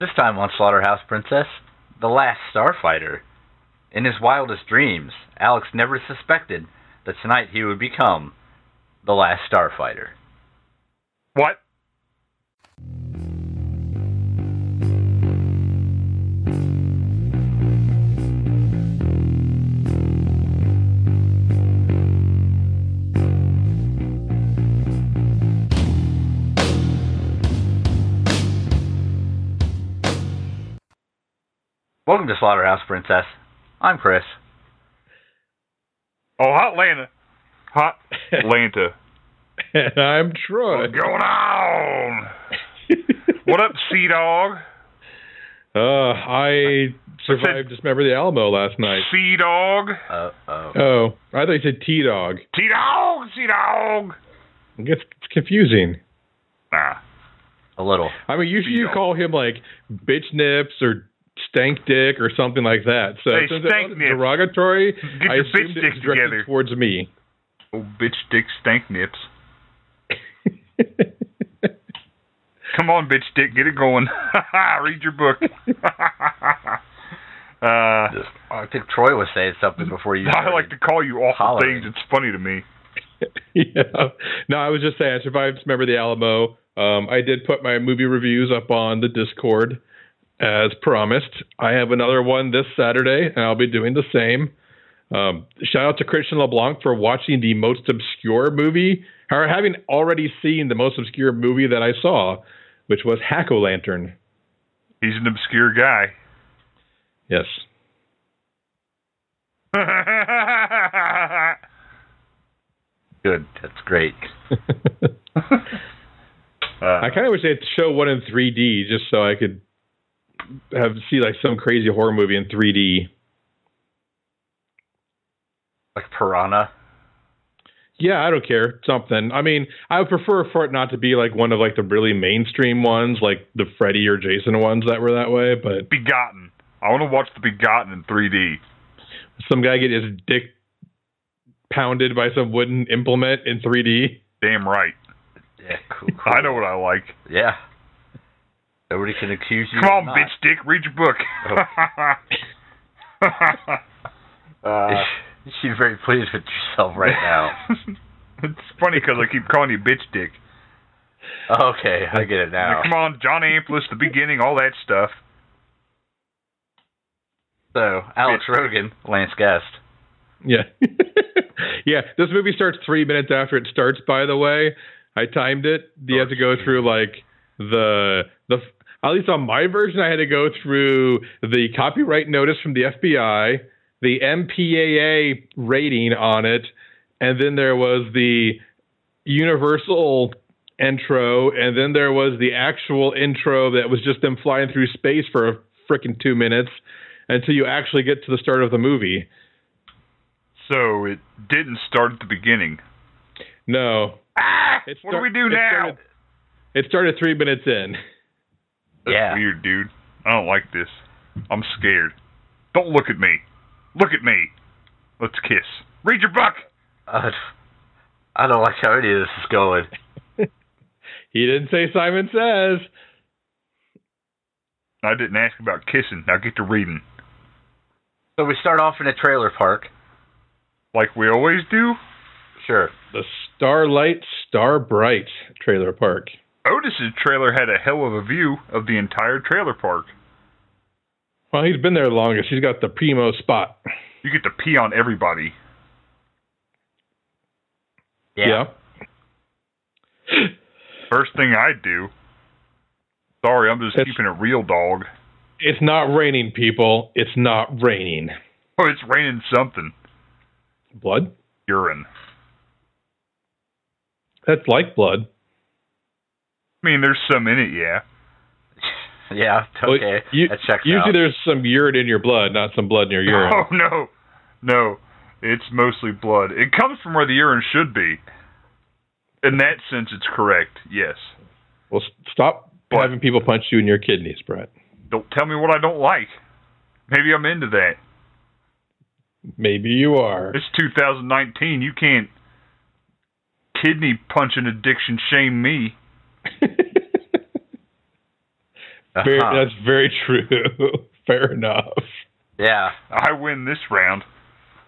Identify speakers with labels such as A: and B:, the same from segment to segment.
A: This time on Slaughterhouse Princess, the last starfighter. In his wildest dreams, Alex never suspected that tonight he would become the last starfighter.
B: What?
A: Welcome to Slaughterhouse Princess. I'm Chris.
B: Oh, Hot Lanta. Hot Lanta.
C: And I'm Troy.
B: What's going on? What up, Sea Dog?
C: Uh, I survived Dismember the Alamo last night.
B: Sea Dog?
A: Uh oh.
C: Oh, I thought you said T Dog.
B: Sea Dog? Sea Dog?
C: It gets confusing.
B: Nah.
A: A little.
C: I mean, usually you
B: T-Dog.
C: call him like bitch nips or stank dick or something like that. So
B: Hey,
C: since it
B: stank
C: wasn't
B: nips.
C: derogatory,
B: Get
C: I
B: your bitch
C: assumed it was
B: dicks
C: directed
B: together.
C: towards me.
B: Oh, bitch, dick, stank nips. Come on, bitch, dick, get it going. Read your book. uh,
A: I think Troy was saying something before you.
B: I like to call you awful
A: Hollering.
B: things. It's funny to me.
C: yeah. No, I was just saying I survived Dismember the Alamo. Um, I did put my movie reviews up on the Discord as promised. I have another one this Saturday, and I'll be doing the same. Um, shout out to Christian LeBlanc for watching the most obscure movie, or having already seen the most obscure movie that I saw, which was Hack O Lantern.
B: He's an obscure guy.
C: Yes.
B: Uh,
A: Good. That's great.
C: I
B: Uh,
C: kind of wish they'd show one in 3D just so I could have see like some crazy horror movie in 3D.
A: Like Piranha.
C: Yeah, I don't care. Something. I mean, I would prefer for it not to be like one of like the really mainstream ones, like the Freddy or Jason ones that were that way. But
B: Begotten. I want to watch The Begotten in 3D.
C: some guy get his dick pounded by some wooden implement in 3D.
B: Damn right.
A: Yeah, cool. cool.
B: I know what I like.
A: Yeah. Nobody can accuse you.
B: Come
A: of
B: on,
A: not.
B: bitch, dick, read your book.
A: Oh.
B: uh,
A: You seem very pleased with yourself right now.
B: it's funny because I keep calling you bitch, dick.
A: okay, I get it now.
B: Come on, John Amplis, The Beginning, all that stuff.
A: So, Alex Rogan, Lance Guest.
C: Yeah, yeah. This movie starts three minutes after it starts. By the way, I timed it. You have to go through like the the. At least on my version, I had to go through the copyright notice from the FBI, the MPAA rating on it, and then there was the universal intro, and then there was the actual intro that was just them flying through space for a freaking two minutes until you actually get to the start of the movie.
B: So it didn't start at the beginning.
C: No.
B: Ah!
C: It
B: what do
C: start-
B: we do
C: it
B: now?
C: started- It started three minutes in.
B: That's
A: Yeah.
B: weird, dude. I don't like this. I'm scared. Don't look at me. Look at me. Let's kiss. Read your book.
A: Uh, I don't like how any of this is going.
C: He didn't say Simon Says.
B: I didn't ask about kissing. Now get to reading.
A: So we start off in a trailer park.
B: Like we always do.
A: Sure.
C: The Starlight Star Bright trailer park.
B: Otis's trailer had a hell of a view of the entire trailer park.
C: Well, he's been there the longest. He's got the primo spot.
B: You get to pee on everybody.
A: Yeah.
C: Yeah.
B: First thing I do. Sorry, I'm just
C: That's-
B: keeping it real, dog.
C: It's not raining, people. It's not raining.
B: Oh, it's raining something.
C: Blood?
B: Urine.
C: That's like blood.
B: I mean, there's some in it, yeah.
A: Yeah,
C: Well,
A: okay.
C: you-
A: that checks
C: Usually
A: out.
C: there's some urine in your blood, not some blood in your urine.
B: Oh no, no, it's mostly blood. It comes from where the urine should be. In that sense, it's correct. Yes.
C: Well, s- stop
B: What?
C: having people punch you in your kidneys, Brett.
B: Don't tell me what I don't like. Maybe I'm into that.
C: Maybe you are.
B: It's 2019. You can't kidney punching addiction shame me.
C: Very, uh,
A: Uh-huh.
C: That's very true. Fair enough.
A: Yeah.
B: I win this round.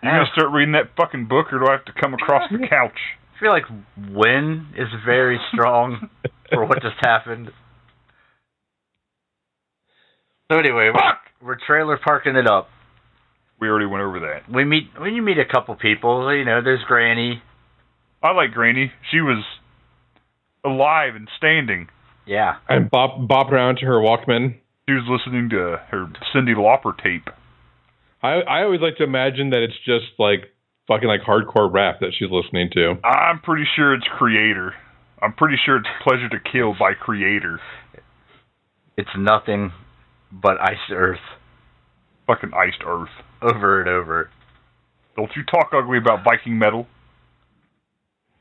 B: You
A: Yeah.
B: gonna start reading that fucking book, or do I have to come across the couch?
A: I feel like win is very strong for what just happened. So anyway, we're,
B: Fuck!
A: we're trailer parking it up.
B: We already went over that.
A: We meet when you meet a couple people, you know, there's Granny.
B: I like Granny. She was alive and standing.
A: Yeah.
C: And bop bop around to her Walkman.
B: She was listening to her Cindy Lauper tape.
C: I I always like to imagine that it's just like fucking like hardcore rap that she's listening to.
B: I'm pretty sure it's Creator. I'm pretty sure it's Pleasure to Kill by Creator.
A: It's nothing but Ice Earth
B: Fucking Iced Earth.
A: over and over.
B: Don't you talk ugly about Viking metal.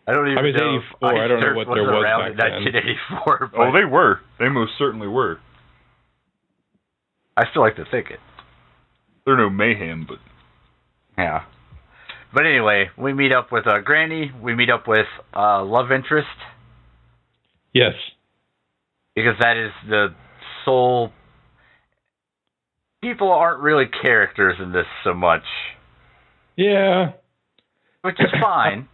A: I don't even
C: I mean, it's
A: know. if
C: 84. I
A: Iced
C: don't know
A: Earth
C: what there was
A: around
C: back
A: in
C: then.
A: 1984, but
B: Oh, they were. They most certainly were.
A: I still like to think it.
B: They're no mayhem, but
A: Yeah. But anyway, we meet up with uh, Granny. We meet up with uh, love interest
C: Yes.
A: because that is the sole. People aren't really characters in this so much,
C: Yeah.
A: which is fine.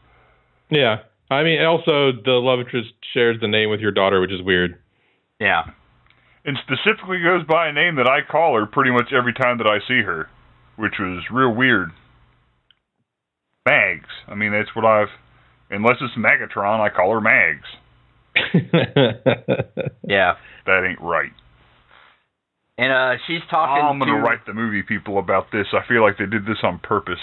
C: Yeah. I mean, also the love interest shares the name with your daughter, which is weird.
A: Yeah.
B: and specifically goes by a name that I call her pretty much every time that I see her, which was real weird. Mags. I mean, that's what I've. Unless it's Megatron, I call her Mags.
A: Yeah.
B: That ain't right.
A: And uh, she's talking.
B: I'm gonna
A: to,
B: write the movie people about this. I feel like they did this on purpose.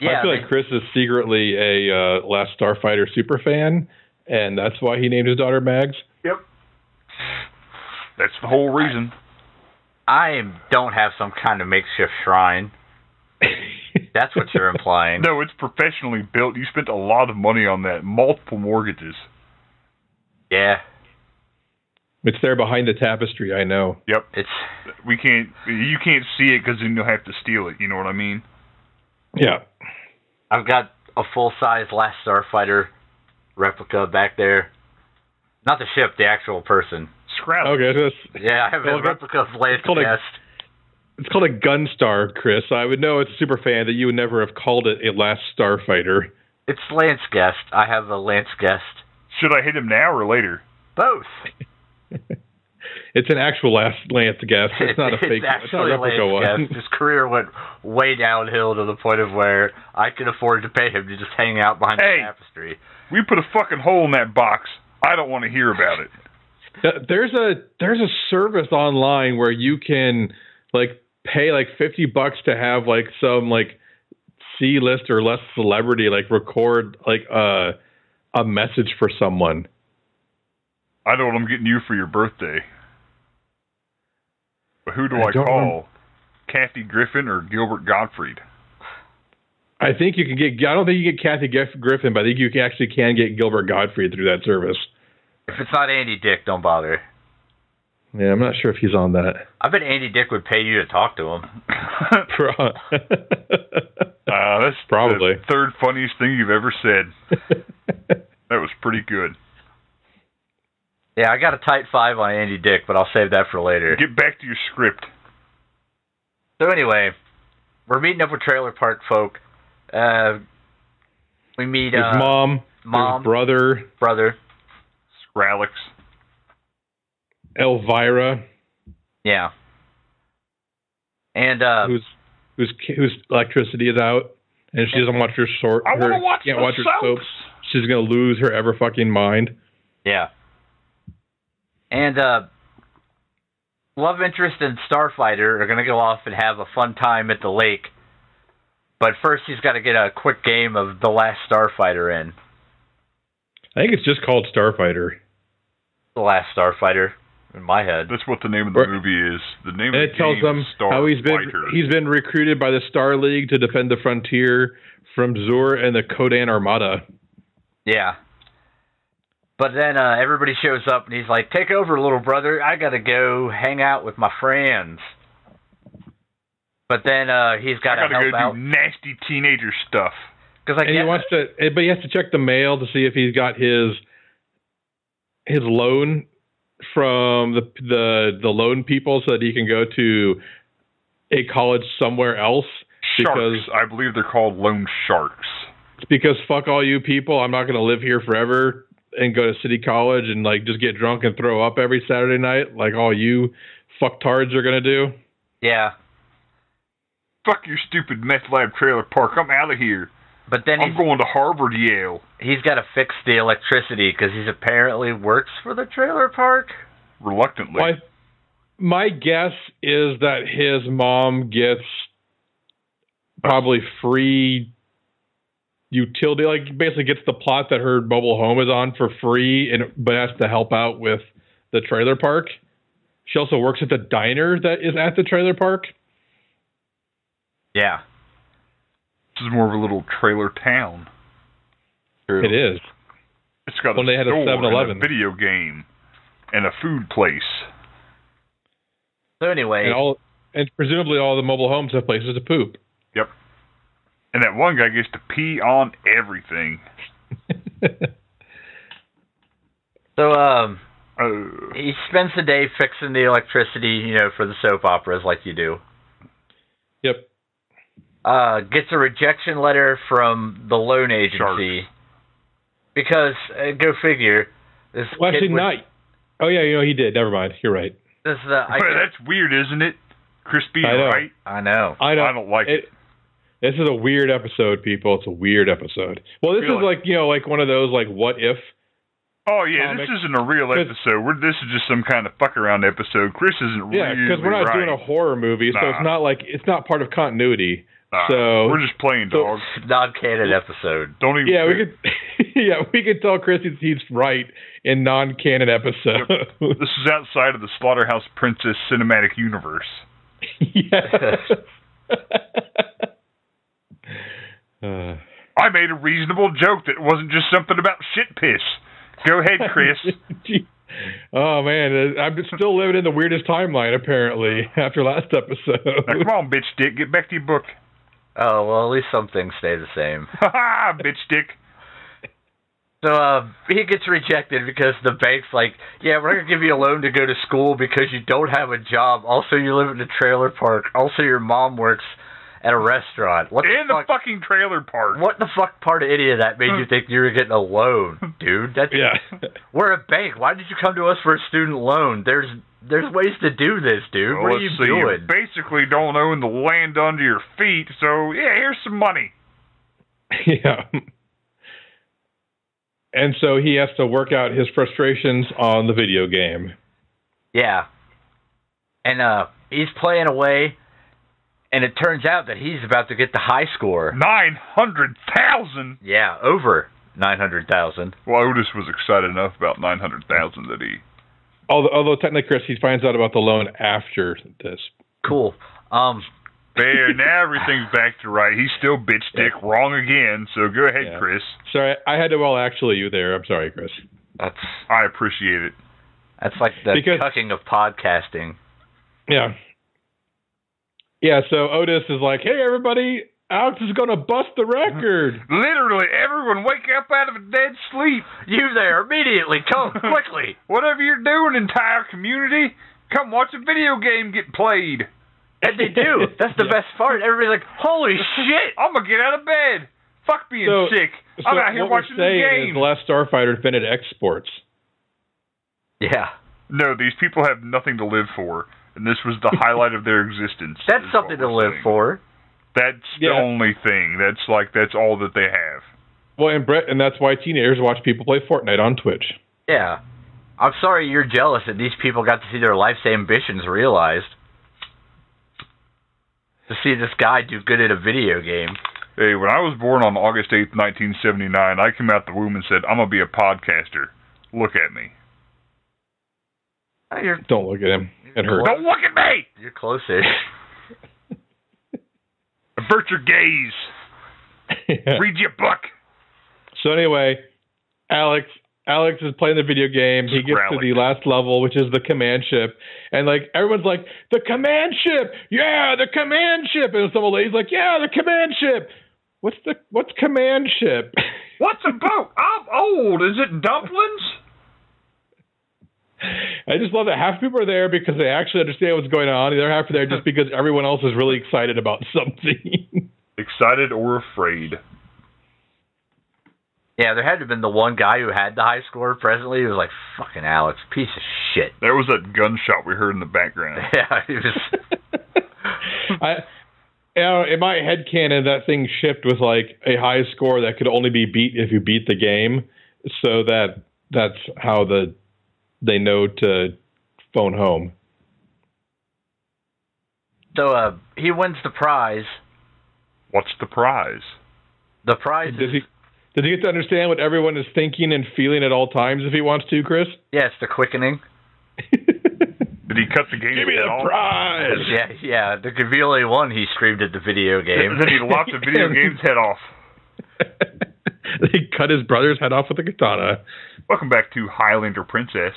A: Yeah.
C: I feel like Chris is secretly a uh, Last Starfighter super fan, and that's why he named his daughter Mags.
B: Yep. That's the whole reason.
A: I don't have some kind of makeshift shrine. That's what you're implying.
B: No, it's professionally built. You spent a lot of money on that, multiple mortgages.
A: Yeah.
C: It's there behind the tapestry. I know.
A: It's
B: We can't. You can't see it because then you'll have to steal it. You know what I mean?
C: Yeah.
A: I've got a full size Last Starfighter replica back there. Not the ship, the actual person.
B: Scrap. it.
C: Okay. So it's,
A: Yeah, I have
C: Well,
A: a
C: it's-
A: replica of Lance
C: called a-
A: Guest.
C: it's called a Gunstar, Chris. I would know it's a super fan that you would never have called it a Last Starfighter.
A: It's Lance Guest. I have a Lance Guest.
B: Should I hit him now or later?
A: Both.
C: It's an actual Last Lance guest. It's not a fake. one. It's not a
A: actually
C: replica
A: Lance
C: one.
A: Guest. His career went way downhill to the point of where I could afford to pay him to just hang out behind
B: Hey.
A: the tapestry.
B: We put a fucking hole in that box. I don't want to hear about it.
C: Th- There's a there's a service online where you can like pay like fifty bucks to have like some like C list or less celebrity like record like a a message for someone.
B: I know what I'm getting you for your birthday. But who do
C: I
B: I,
C: don't
B: call? Kathy Griffin or Gilbert Gottfried?
C: I think you can get. I don't think you get Kathy Gif- Griffin, but I think you can, actually can get Gilbert Godfrey through that service.
A: If it's not Andy Dick, don't bother.
C: Yeah, I'm not sure if he's on that.
A: I bet Andy Dick would pay you to talk to him.
B: uh,
C: Pro-
B: that's
C: Probably.
B: the third funniest thing you've ever said. That was pretty good.
A: Yeah, I got a tight five on Andy Dick, but I'll save that for later.
B: Get back to your script.
A: So anyway, we're meeting up with Trailer Park folk. Uh, we meet
C: His
A: uh,
C: mom,
A: mom,
C: his brother,
A: brother.
B: Scrallix.
C: Elvira,
A: Yeah. And uh,
C: whose whose whose electricity is out, and she doesn't watch her sort.
B: I want
C: her-
B: to watch
C: can't
B: the
C: watch her soap.
B: soaps.
C: She's gonna lose her ever fucking mind.
A: yeah. And uh, love interest and Starfighter are gonna go off and have a fun time at the lake. But first, he's got to get a quick game of the last Starfighter in.
C: I think it's just called Starfighter.
A: The last Starfighter in my head.
B: That's what the name of the
C: Or-
B: movie is. The name
C: And
B: of
C: it
B: the
C: tells
B: game
C: them
B: is Star
C: how he's been
B: Fighter.
C: he's been recruited by the Star League to defend the frontier from Zur and the Kodan Armada.
A: Yeah. But then uh, everybody shows up and he's like, "Take over, little brother. I gotta go hang out with my friends." But then uh, he's
B: I
A: got to
B: gotta
A: help
B: go
A: out
B: do nasty teenager stuff.
A: because I
C: and he
A: guess
C: wants to, but he has to check the mail to see if he's got his his loan from the the the lone people so that he can go to a college somewhere else
B: Sharks.
C: because
B: I believe they're called loan sharks.
C: because fuck all you people, I'm not going to live here forever and go to city college and like just get drunk and throw up every Saturday night like all you fucktards are going to do.
A: Yeah.
B: Fuck your stupid meth lab trailer park. I'm out of here.
A: But then
B: I'm
A: he's,
B: going to Harvard, Yale.
A: he's got to fix the electricity because he's apparently works for the trailer park.
B: Reluctantly.
C: My my guess is that his mom gets probably free utility, like basically gets the plot that her mobile home is on for free, and but has to help out with the trailer park. She also works at the diner that is at the trailer park.
A: Yeah.
B: This is more of a little trailer town.
C: It is.
B: It's got
C: When
B: a
C: they had a
B: store and
C: 7-Eleven.
B: video game, and a food place.
A: So anyway,
C: And all and presumably all the mobile homes have places to poop.
B: And that one guy gets to pee on everything.
A: so um,
B: Oh,
A: he spends the day fixing the electricity, you know, for the soap operas like you do.
C: yep.
A: uh, gets a rejection letter from the loan agency
B: Sharks.
A: because uh, go figure. This
C: Well
A: kid
C: actually
A: was-
C: not Oh yeah, you know he did. Never mind. You're right.
A: This is the, I,
B: that's weird, isn't it? Crispy,
C: I know.
B: right?
A: I know.
C: I know.
B: I don't like it.
C: it- This is a weird episode, people. It's a weird episode. Well, this
B: Really?
C: is like you know, like one of those like what if.
B: Oh yeah,
C: comic.
B: this isn't a real
C: 'Cause-
B: episode. We're, this is just some kind of fuck around episode. Chris isn't
C: Yeah,
B: really
C: because we're not doing a
B: right.
C: horror movie, so
B: Nah.
C: it's not like it's not part of continuity.
B: Nah,
C: so-
B: we're just playing
C: so-
B: dog.
A: Non canon episode.
B: Don't even.
C: Yeah, we could. yeah, we could tell Chris he's- he's right in non-canon episode.
B: This is outside of the Slaughterhouse Princess cinematic universe.
C: yeah. Uh,
B: I made a reasonable joke that wasn't just something about shit piss. Go ahead, Chris.
C: gee. oh man, I'm still living in the weirdest timeline apparently after last
B: now,
C: episode.
B: come on, bitch dick, get back to your book.
A: Oh well, at least some things stay the same.
B: Ha ha, bitch dick.
A: So uh, he gets rejected because the bank's like, "Yeah, we're gonna give you a loan to go to school because you don't have a job. Also, you live in a trailer park. Also, your mom works at a restaurant. What
B: In
A: the
B: the
A: fuck?
B: fucking trailer park.
A: What the fuck part of idiot that made you think you were getting a loan, dude? That's
C: yeah.
A: We're a bank. Why did you come to us for a student loan? There's there's ways to do this, dude.
B: Well,
A: what are
B: let's
A: you
B: see,
A: doing?
B: basically don't own the land under your feet, so yeah, here's some money.
C: yeah. And so he has to work out his frustrations on the video game.
A: yeah. And uh he's playing away and it turns out that he's about to get the high score.
B: Nine hundred thousand.
A: Yeah, over 900,000.
B: Well, Otis was excited enough about nine hundred thousand that he.
C: Although, although technically, Chris, he finds out about the loan after this.
A: Cool. Um
B: There, now everything's back to right. He's still bitch dick wrong again. So go ahead,
C: Yeah.
B: Chris.
C: Sorry, I had to well actually you there. I'm sorry, Chris.
A: that's
B: I appreciate it.
A: that's like the
C: Because-
A: cucking of podcasting.
C: Yeah. Yeah, so Otis is like, hey, everybody, Alex is going to bust the record.
B: Literally, everyone wake up out of a dead sleep.
A: You there immediately. Come quickly.
B: Whatever you're doing, entire community, come watch a video game get played.
A: And they do. That's the
C: Yeah.
A: best part. Everybody's like, "Holy shit."
B: I'm gonna get out of bed. Fuck being
C: So-
B: sick. I'm
C: So
B: out here
C: what we're
B: watching the
C: saying is
B: game.
C: the last Starfighter invented exports.
A: Yeah.
B: No, these people have nothing to live for, and this was the highlight of their existence.
A: That's
B: is what
A: something to
B: we're
A: live
B: saying.
A: for.
B: That's the
C: Yeah.
B: only thing. That's like that's all that they have.
C: Well, and Brett, and that's why teenagers watch people play Fortnite on Twitch.
A: Yeah. I'm sorry you're jealous that these people got to see their life's ambitions realized. To see this guy do good at a video game.
B: Hey, when I was born on August eighth, nineteen seventy nine, I came out the womb and said, "I'm gonna be a podcaster." Look at me.
A: Oh, You're,
C: Don't look at him. It hurts.
B: Don't look at me.
A: you're close-ish.
B: Avert your gaze.
C: Yeah.
B: Read your book.
C: So anyway, Alex Alex is playing the video game. He gets to
B: Growling.
C: the last level, which is the command ship, and like everyone's like, "The command ship, yeah, the command ship," and some old lady's like, "Yeah, the command ship." What's the what's command ship?
B: What's a boat? I'm old. Is it dumplings?
C: I just love that half the people are there because they actually understand what's going on. The other half are there just because everyone else is really excited about something.
B: Excited or afraid.
A: Yeah, there had to have been the one guy who had the high score presently. He was like, fucking Alex, piece of shit.
B: There was that gunshot we heard in the background.
A: Yeah, he was.
C: I, you know, in my head canon, that thing shipped with like a high score that could only be beat if you beat the game, so that that's how the they know to phone home.
A: So uh, he wins the prize.
B: What's the prize?
A: The prize
C: Does
A: is,
C: he does he get to understand what everyone is thinking and feeling at all times if he wants to, Chris?
A: yeah, it's the quickening.
B: Did he cut the game
C: Give me
B: at
C: the
B: all?
C: prize.
A: Yeah, yeah, the Gavioli won, he screamed at the video game.
B: Then he lopped the video game's head off.
C: they cut his brother's head off with a katana.
B: Welcome back to Highlander Princess.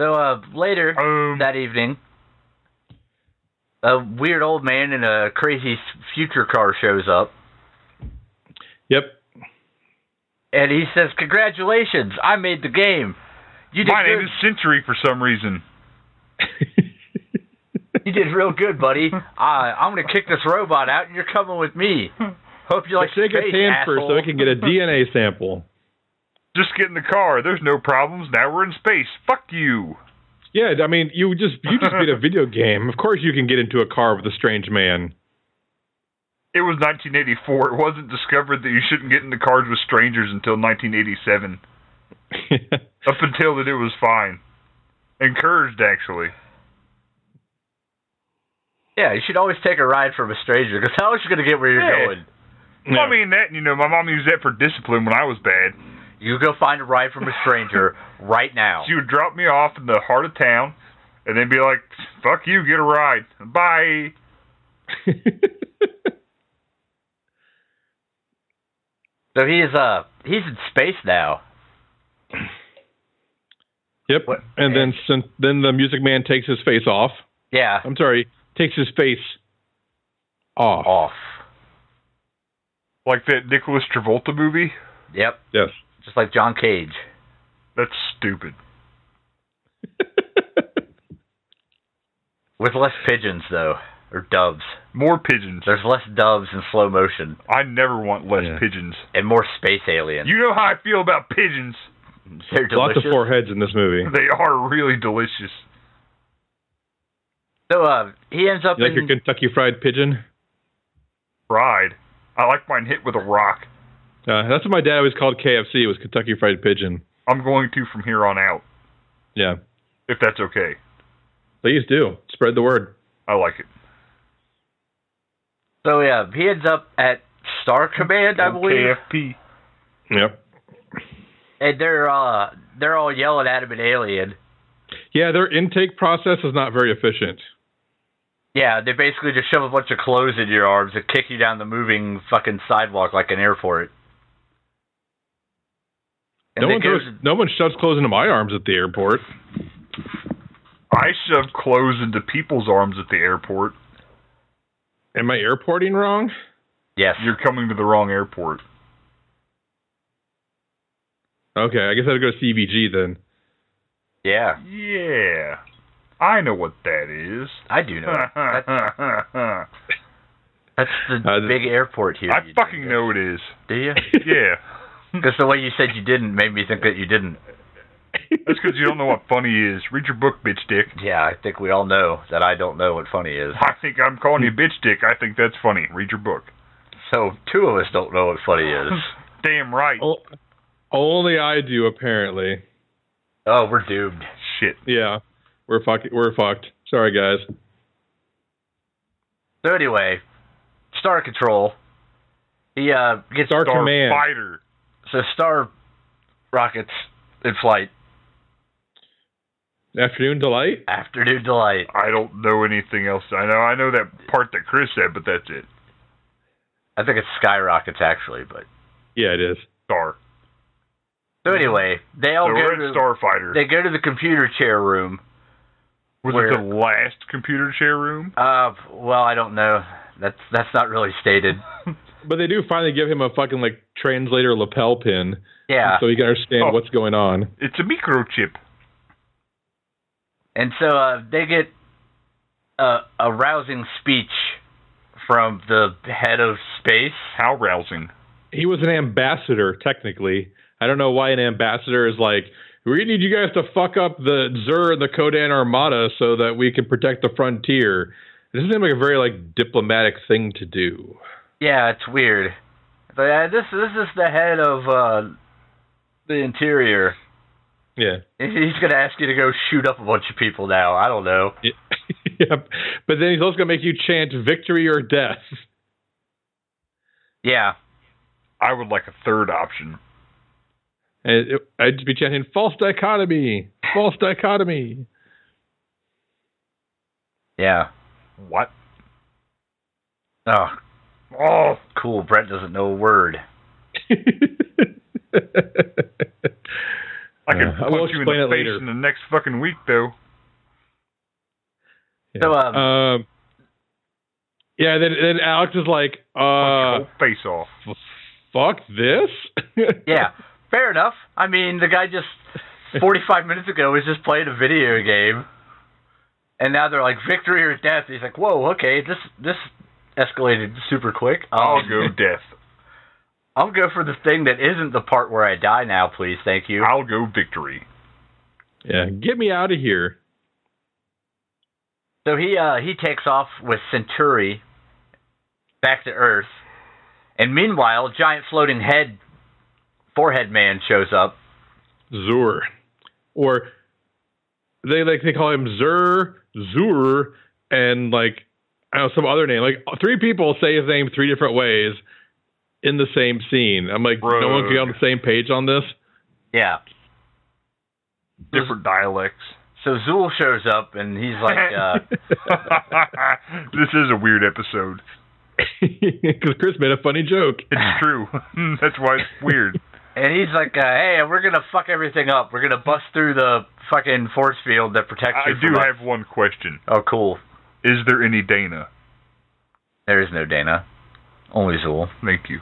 A: So uh, later
B: Um,
A: that evening, a weird old man in a crazy s- future car shows up,
C: Yep.
A: and he says, "Congratulations, I made the game. You did
B: my name
A: good.
B: is Century for some reason.
A: you did real good, buddy. uh, I'm gonna kick this robot out, and you're coming with me. Hope you like
C: Shake
A: space,
C: his hand first so
A: asshole."
C: we can get a DNA sample.
B: Just get in the car. There's no problems. Now we're in space. Fuck you.
C: Yeah, I mean, you just you just beat a video game. Of course, you can get into a car with a strange man.
B: It was 1984. It wasn't discovered that you shouldn't get into cars with strangers until 1987. Up until that, it was fine. Encouraged, actually.
A: Yeah, you should always take a ride from a stranger because how else you gonna get where you're
B: Yeah.
A: going?
B: I mean that, you know, my mom used that for discipline when I was bad.
A: You go find a ride from a stranger right now.
B: She would drop me off in the heart of town, and then be like, "Fuck you, get a ride, bye."
A: So he's uh he's in space now.
C: yep.
A: What-
C: And then sin- then the music man takes his face off.
A: Yeah,
C: I'm sorry, takes his face off.
A: off.
B: Like that Nicholas Travolta movie.
A: Yep,
C: Yes.
A: just like John Cage.
B: That's stupid.
A: With less pigeons though, or doves.
B: More pigeons.
A: There's less doves in slow motion
B: I never want less
C: Yeah.
B: pigeons.
A: and more space aliens.
B: You know how I feel about pigeons.
A: They're
C: Lots of
A: delicious.
C: foreheads in this movie.
B: They are really delicious.
A: So uh, he ends up
C: You like
A: in
C: your Kentucky Fried Pigeon?
B: Fried. I like mine hit with a rock.
C: Uh, that's what my dad always called KFC. Was Kentucky Fried Pigeon?
B: I'm going to from here on out,
C: Yeah.
B: if that's okay.
C: Please do spread the word.
B: I like it.
A: so yeah, he ends up at Star Command, I believe.
B: KFP.
C: Yep.
A: And they're uh they're all yelling at him an alien.
C: Yeah, their intake process is not very efficient.
A: Yeah, they basically just shove a bunch of clothes in your arms and kick you down the moving fucking sidewalk like an airport. And
C: No
A: they
C: one,
A: give-
C: throws, no one shoves clothes into my arms at the airport.
B: I shove clothes into people's arms at the airport.
C: Am I airporting wrong?
A: yes.
B: You're coming to the wrong airport.
C: Okay, I guess I'd go to CVG then.
A: Yeah,
B: Yeah. I know what that is.
A: I do know. that. That's,
B: I
A: that's the
C: Uh, th-
A: big airport here. you
B: fucking
A: dingus.
B: know it is.
A: Do you?
B: Yeah.
A: Because the way you said you didn't made me think that you didn't.
B: That's because you don't know what funny is. Read your book, bitch dick.
A: Yeah, I think we all know that I don't know what funny is.
B: I think I'm calling you bitch dick. I think that's funny. Read your book.
A: So two of us don't know what funny is.
B: Damn right.
C: Oh, only I do apparently.
A: Oh, we're doomed.
B: Shit.
C: Yeah, we're fuck- We're fucked. Sorry guys.
A: So anyway, Star Control. He uh gets
C: Star,
B: Star
C: Command.
B: fighter.
A: so Star Rockets in flight.
C: Afternoon delight.
A: Afternoon delight.
B: I don't know anything else. I know I know that part that Chris said, but that's it.
A: I think it's skyrockets actually, but
C: Yeah, it is.
B: Star.
A: so anyway, they all
B: so
A: go
B: we're
A: to
B: at Starfighter.
A: they go to the computer chair room.
B: Was
A: where-
B: it the last computer chair room?
A: Uh, well, I don't know. That's that's not really stated.
C: But they do finally give him a fucking like translator lapel pin.
A: Yeah.
C: so he can understand
B: Oh.
C: what's going on.
B: It's a microchip.
A: And so uh, they get a, a rousing speech from the head of space.
B: How rousing.
C: He was an ambassador, technically. I don't know why an ambassador is like, we need you guys to fuck up the Zur and the Kodan Armada so that we can protect the frontier. This doesn't seem like a very like diplomatic thing to do.
A: Yeah, it's weird. But uh, this this is the head of uh, the interior.
C: Yeah.
A: He's gonna ask you to go shoot up a bunch of people now. I don't know.
C: yep. But then he's also gonna make you chant victory or death.
A: Yeah.
B: I would like a third option.
C: And it, I'd just be chanting false dichotomy, false dichotomy.
A: Yeah.
B: What?
A: Oh,
B: Oh,
A: cool. Brett doesn't know a word.
B: I could
C: Uh, I
B: punch
C: will
B: you in
C: explain
B: the
C: it
B: face
C: later.
B: in the next fucking week, though.
A: So, um,
C: Um, yeah, then, then Alex is like,
B: Punch
C: uh,
B: your whole face off.
C: f- fuck this.
A: Yeah. Fair enough. I mean, the guy just 45 minutes ago was just playing a video game, and now they're like victory or death. He's like, whoa, okay, this this escalated super quick.
B: I'll
A: Um,
B: go death.
A: I'll go for the thing that isn't the part where I die now, please. Thank you.
B: I'll go victory.
C: yeah, get me out of here.
A: So he uh, he takes off with Centauri back to Earth, and meanwhile, giant floating head forehead man shows up.
C: Zur. Or they like they call him Zur, Zur, and like I don't know, some other name. Like three people say his name three different ways in the same scene. I'm like, no one can get on the same page on this.
A: Yeah.
B: Different dialects.
A: So Zool shows up and he's like, uh,
B: this is a weird episode.
C: Because Chris made a funny joke.
B: It's true. That's why it's weird.
A: and he's like, uh, hey, we're gonna fuck everything up. We're gonna bust through the fucking force field that protects
B: I
A: you.
B: do
A: from us."
B: have one question.
A: Oh, cool.
B: Is there any Dana?
A: There is no Dana, only Zool.
B: Thank you.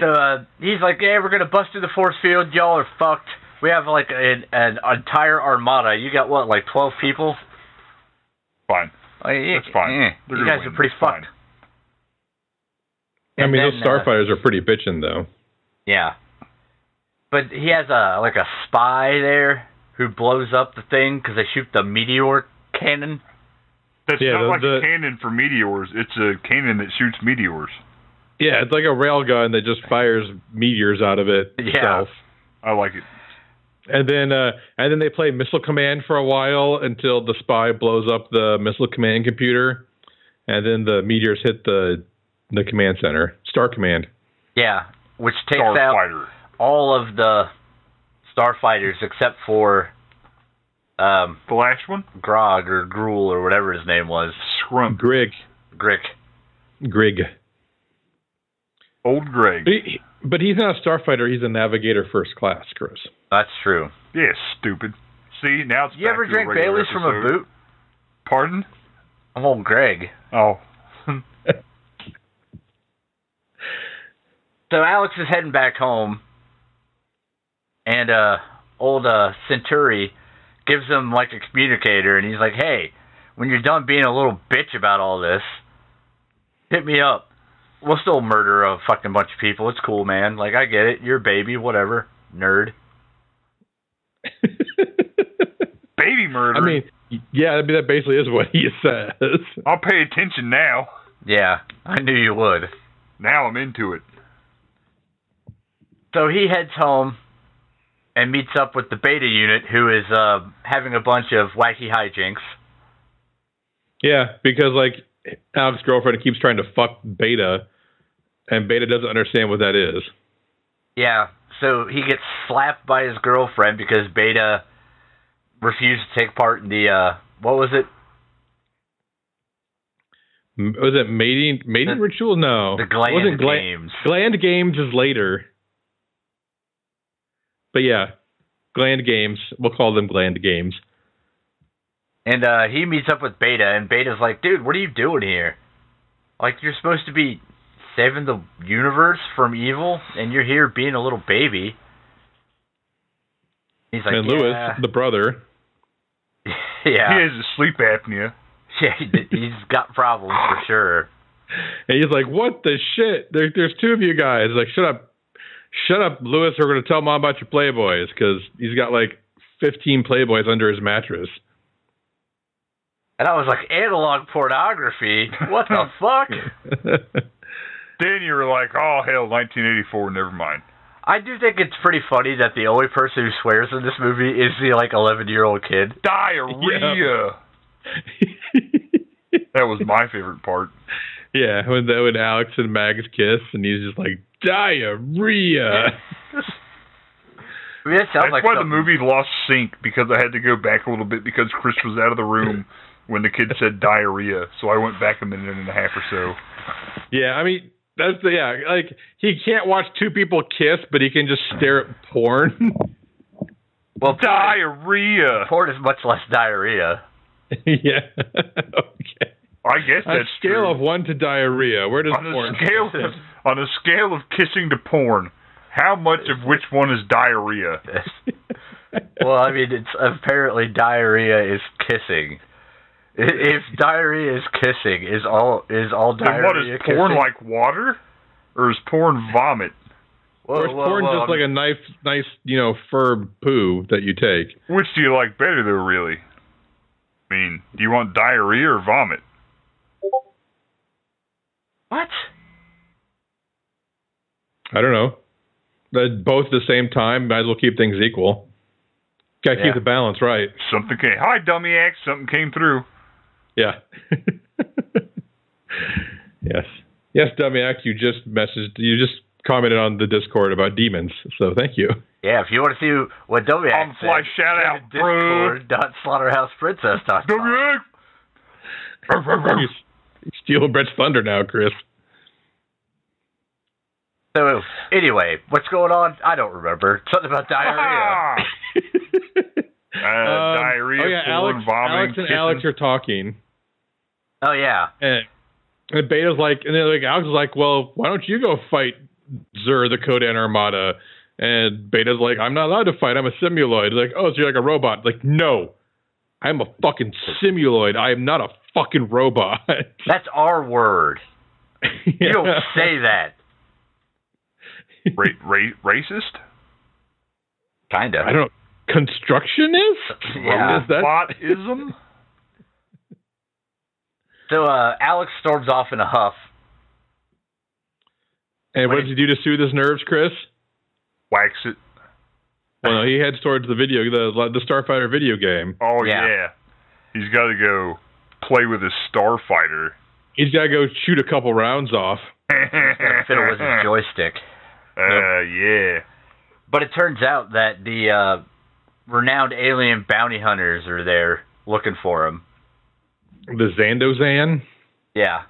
A: So uh, he's like, "Hey, we're gonna bust through the force field. Y'all are fucked. We have like an, an entire armada. You got what, like twelve people?
B: Fine.
A: Like, eh,
B: That's fine.
A: eh,
B: They're
A: you
B: gonna
A: guys
B: win.
A: are pretty
B: It's fine.
A: fucked.
C: I
A: And
C: mean,
A: then,
C: those
A: uh,
C: starfighters are pretty bitching though.
A: yeah, but he has a like a spy there who blows up the thing because they shoot the meteor cannon.
B: That's
C: Yeah,
B: not
C: the-
B: like
C: the-
B: a cannon for meteors. It's a cannon that shoots meteors.
C: Yeah, it's like a rail gun that just fires meteors out of it
A: Yeah.
C: itself.
B: I like it.
C: And then uh, and then they play Missile Command for a while until the spy blows up the Missile Command computer, and then the meteors hit the the command center, Star Command.
A: Yeah, which takes out
B: Starfighter.
A: all of the starfighters except for um,
B: The last one?
A: Grog or Gruul or whatever his name was,
B: Scrump.
C: Grig,
A: Grick.
C: Grig.
B: Old Greg.
C: But, he, but he's not a starfighter. He's a navigator first class, Chris.
A: That's true.
B: Yeah, stupid. See, now it's
A: You
B: back
A: ever
B: to a
A: drink
B: regular
A: Bailey's from a
B: episode.
A: boot?
B: Pardon?
A: I'm old Greg.
B: Oh.
A: So Alex is heading back home, and uh, old uh, Centauri gives him like a communicator, and he's like, "Hey, when you're done being a little bitch about all this, hit me up. We'll still murder a fucking bunch of people. It's cool, man. Like I get it. You're a baby, whatever, nerd.
B: Baby murder.
C: I mean, yeah, I mean, that basically is what he says.
B: I'll pay attention now.
A: Yeah, I knew you would."
B: Now I'm into it.
A: So he heads home and meets up with the Beta unit, who is uh, having a bunch of wacky hijinks.
C: Yeah, because like Alex's girlfriend keeps trying to fuck Beta, and Beta doesn't understand what that is.
A: Yeah. So he gets slapped by his girlfriend because Beta refused to take part in the uh what was it?
C: M- Was it mating mating
A: The-
C: ritual? No,
A: The
C: Oh, It
A: gland
C: wasn't gla-
A: games.
C: Gland games is later, but yeah, gland games. We'll call them gland games.
A: And uh he meets up with Beta and Beta's like, "Dude, what are you doing here? Like you're supposed to be saving the universe from evil, and you're here being a little baby. He's like,
C: and Lewis,
A: yeah,
C: the brother.
B: He
A: yeah,
B: has a sleep apnea.
A: yeah, he- he's got problems for sure.
C: And he's like, "What the shit? There, there's two of you guys. Like, shut up, shut up, Lewis. We're gonna tell mom about your Playboys because he's got like 15 Playboys under his mattress.
A: And I was like, analog pornography? What the fuck?
B: Then you were like, oh, hell, 1984, never mind.
A: I do think it's pretty funny that the only person who swears in this movie is the like 11 year old kid.
B: Diarrhea. That was my favorite part.
C: yeah, when the, when Alex and Mags kiss, and he's just like diarrhea.
A: I mean, that sounds
B: That's
A: like
B: why the
A: something-
B: movie lost sync because I had to go back a little bit because Chris was out of the room when the kid said diarrhea. So I went back a minute and a half or so.
C: Yeah, I mean that's the yeah. Like he can't watch two people kiss, but he can just stare at porn.
A: Well, porn is-
B: Diarrhea.
A: porn is much less diarrhea.
C: yeah. okay.
B: I guess
C: On a
B: that's
C: scale
B: true.
C: of one to diarrhea, where does
B: on a
C: porn?
B: scale of, on a scale of kissing to porn, how much of which one is diarrhea?
A: well, I mean, it's apparently diarrhea is kissing. I- If diarrhea is kissing, is all is all
B: Then
A: diarrhea
B: what is porn
A: kissing?
B: like water, or is porn vomit?
A: Whoa,
C: Or is
A: whoa,
C: porn
A: whoa,
C: just like
B: um,
C: a nice, nice, you know, firm poo that you take?
B: Which do you like better, though? Really? I mean, do you want diarrhea or vomit?
A: what?
C: I don't know. But both at the same time, might as well keep things equal. Got to
A: Yeah.
C: keep the balance right.
B: Something came. Hi, dummy axe. Something came through.
C: Yeah. yes. Yes, dummy act. You just messaged. You just commented on the Discord about demons. So thank you.
A: Yeah, if you want to see what Dummy
B: On
A: Axe
B: fly
A: said,
B: shout
A: go to
B: out, bro.
A: Discord.slaughterhouseprincess.com.
B: Dummy axe.
C: you steal Brett's thunder now, Chris.
A: So anyway, what's going on? I don't remember. Something about diarrhea.
B: Ah! Uh,
C: Um,
B: diarrhea,
C: oh yeah,
B: porn,
C: Alex,
B: vomiting,
C: Alex and
B: kissing.
C: Alex are talking,
A: oh yeah.
C: and, and Beta's like, and then like Alex is like, well, why don't you go fight Zur the Codan Armada? And Beta's like, I'm not allowed to fight. I'm a simuloid. He's like, oh, so you're like a robot? Like, no, I'm a fucking simuloid. I am not a fucking robot.
A: That's our word. You don't
C: Yeah.
A: say that.
B: Ra- ra- racist?
A: Kinda.
C: I don't. know. Constructionist?
A: Yeah.
C: Is that-
B: Robotism?
A: So uh, Alex storms off in a huff.
C: And what does he do to soothe his nerves, Chris?
B: Wax it.
C: Well, no, he heads towards the video, the the Starfighter video game.
B: Oh
A: Yeah.
B: yeah. He's got to go play with his starfighter.
C: He's got to go shoot a couple rounds off.
A: Gonna fiddle with his joystick.
B: Uh, yeah.
A: But it turns out that the uh, renowned alien bounty hunters are there looking for him.
C: The Zandozan.
A: Yeah.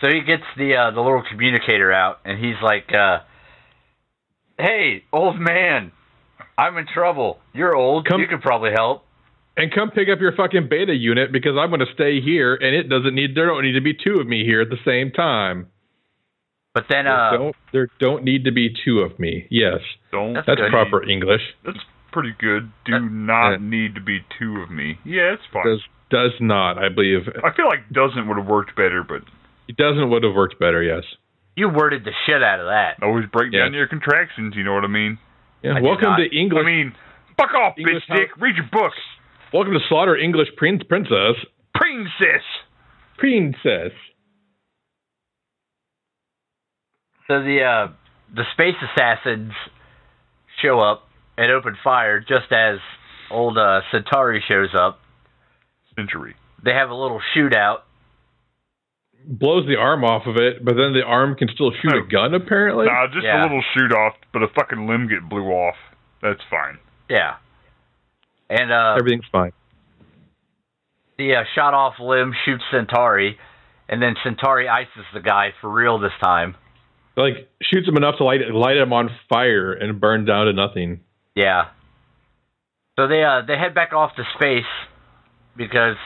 A: So he gets the uh, the little communicator out, and he's like, uh, "Hey, old man, I'm in trouble. You're old.
C: Come-
A: you could probably help."
C: And come pick up your fucking beta unit because I'm going to stay here, and it doesn't need. There don't need to be two of me here at the same time.
A: But then,
C: there,
A: uh,
C: don't, there don't need to be two of me. Yes,
B: Don't.
A: That's
C: that's
A: good.
C: proper English.
B: That's pretty good. Do
A: That-
B: not
C: yeah.
B: need to be two of me. Yeah, it's fine.
C: Does does not, I believe.
B: I feel like doesn't would have worked better, but
C: It doesn't would have worked better. Yes.
A: you worded the shit out of that.
B: always break down
C: Yeah.
B: your contractions. You know what I mean?
C: Yeah,
A: I did
C: welcome
A: not.
C: to English.
B: I mean, fuck off,
C: English
B: bitch, dick. Read your books,
C: welcome to slaughter English prin- princess.
B: princess.
C: Princess.
A: So the uh, the space assassins show up and open fire just as old uh, Centauri shows up.
B: Century.
A: They have a little shootout.
C: Blows the arm off of it, but then the arm can still shoot
B: Oh.
C: a gun. Apparently.
B: Nah, just
A: Yeah.
B: a little shoot off, but a fucking limb get blew off. That's fine.
A: Yeah. And uh,
C: Everything's fine.
A: the uh, shot off limb shoots Centauri, and then Centauri ices the guy for real this time.
C: Like shoots him enough to light light him on fire and burn down to nothing.
A: Yeah. So they uh, they head back off to space because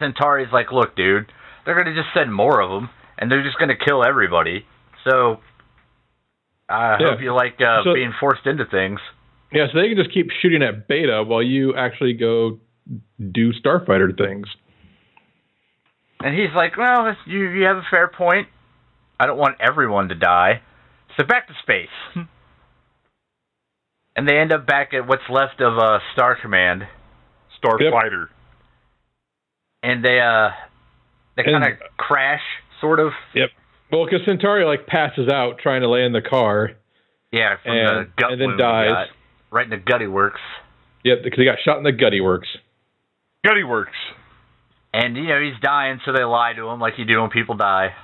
A: Centauri's like, "Look, dude, they're going to just send more of them, and they're just going to kill everybody. So I
C: Yeah.
A: hope you like uh,
C: So-
A: being forced into things.
C: Yeah, so they can just keep shooting at beta while you actually go do starfighter things.
A: And he's like, "Well, you you have a fair point. I don't want everyone to die, so back to space." and they end up back at what's left of uh, Star Command,
B: Starfighter.
A: and they uh they
C: And-
A: kind of crash, sort of.
C: Well, because Centauri like passes out trying to lay in the car.
A: Yeah, from the
C: And-
A: gut
C: and then
A: wound he
C: dies.
A: got. right in the gutty works.
C: Yep, because he got shot in the gutty works.
B: Gutty works.
A: And you know he's dying, so they lie to him like you do when people die.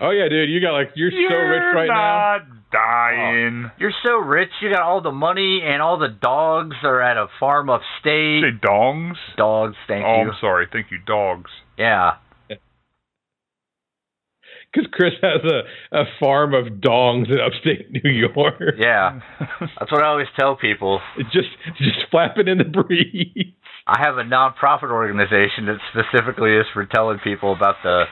C: Oh yeah, dude, you got like you're so
B: You're
C: rich right now. Oh.
B: not dying.
A: You're so rich, you got all the money, and all the dogs are at a farm upstate.
B: Say dongs.
A: Dogs, thank
B: oh,
A: you.
B: I'm sorry. Thank you, dogs.
A: Yeah.
C: Because Chris has a, a farm of dongs in upstate New York.
A: Yeah, that's what I always tell people.
C: It's just just flapping in the breeze.
A: I have a nonprofit organization that specifically is for telling people about the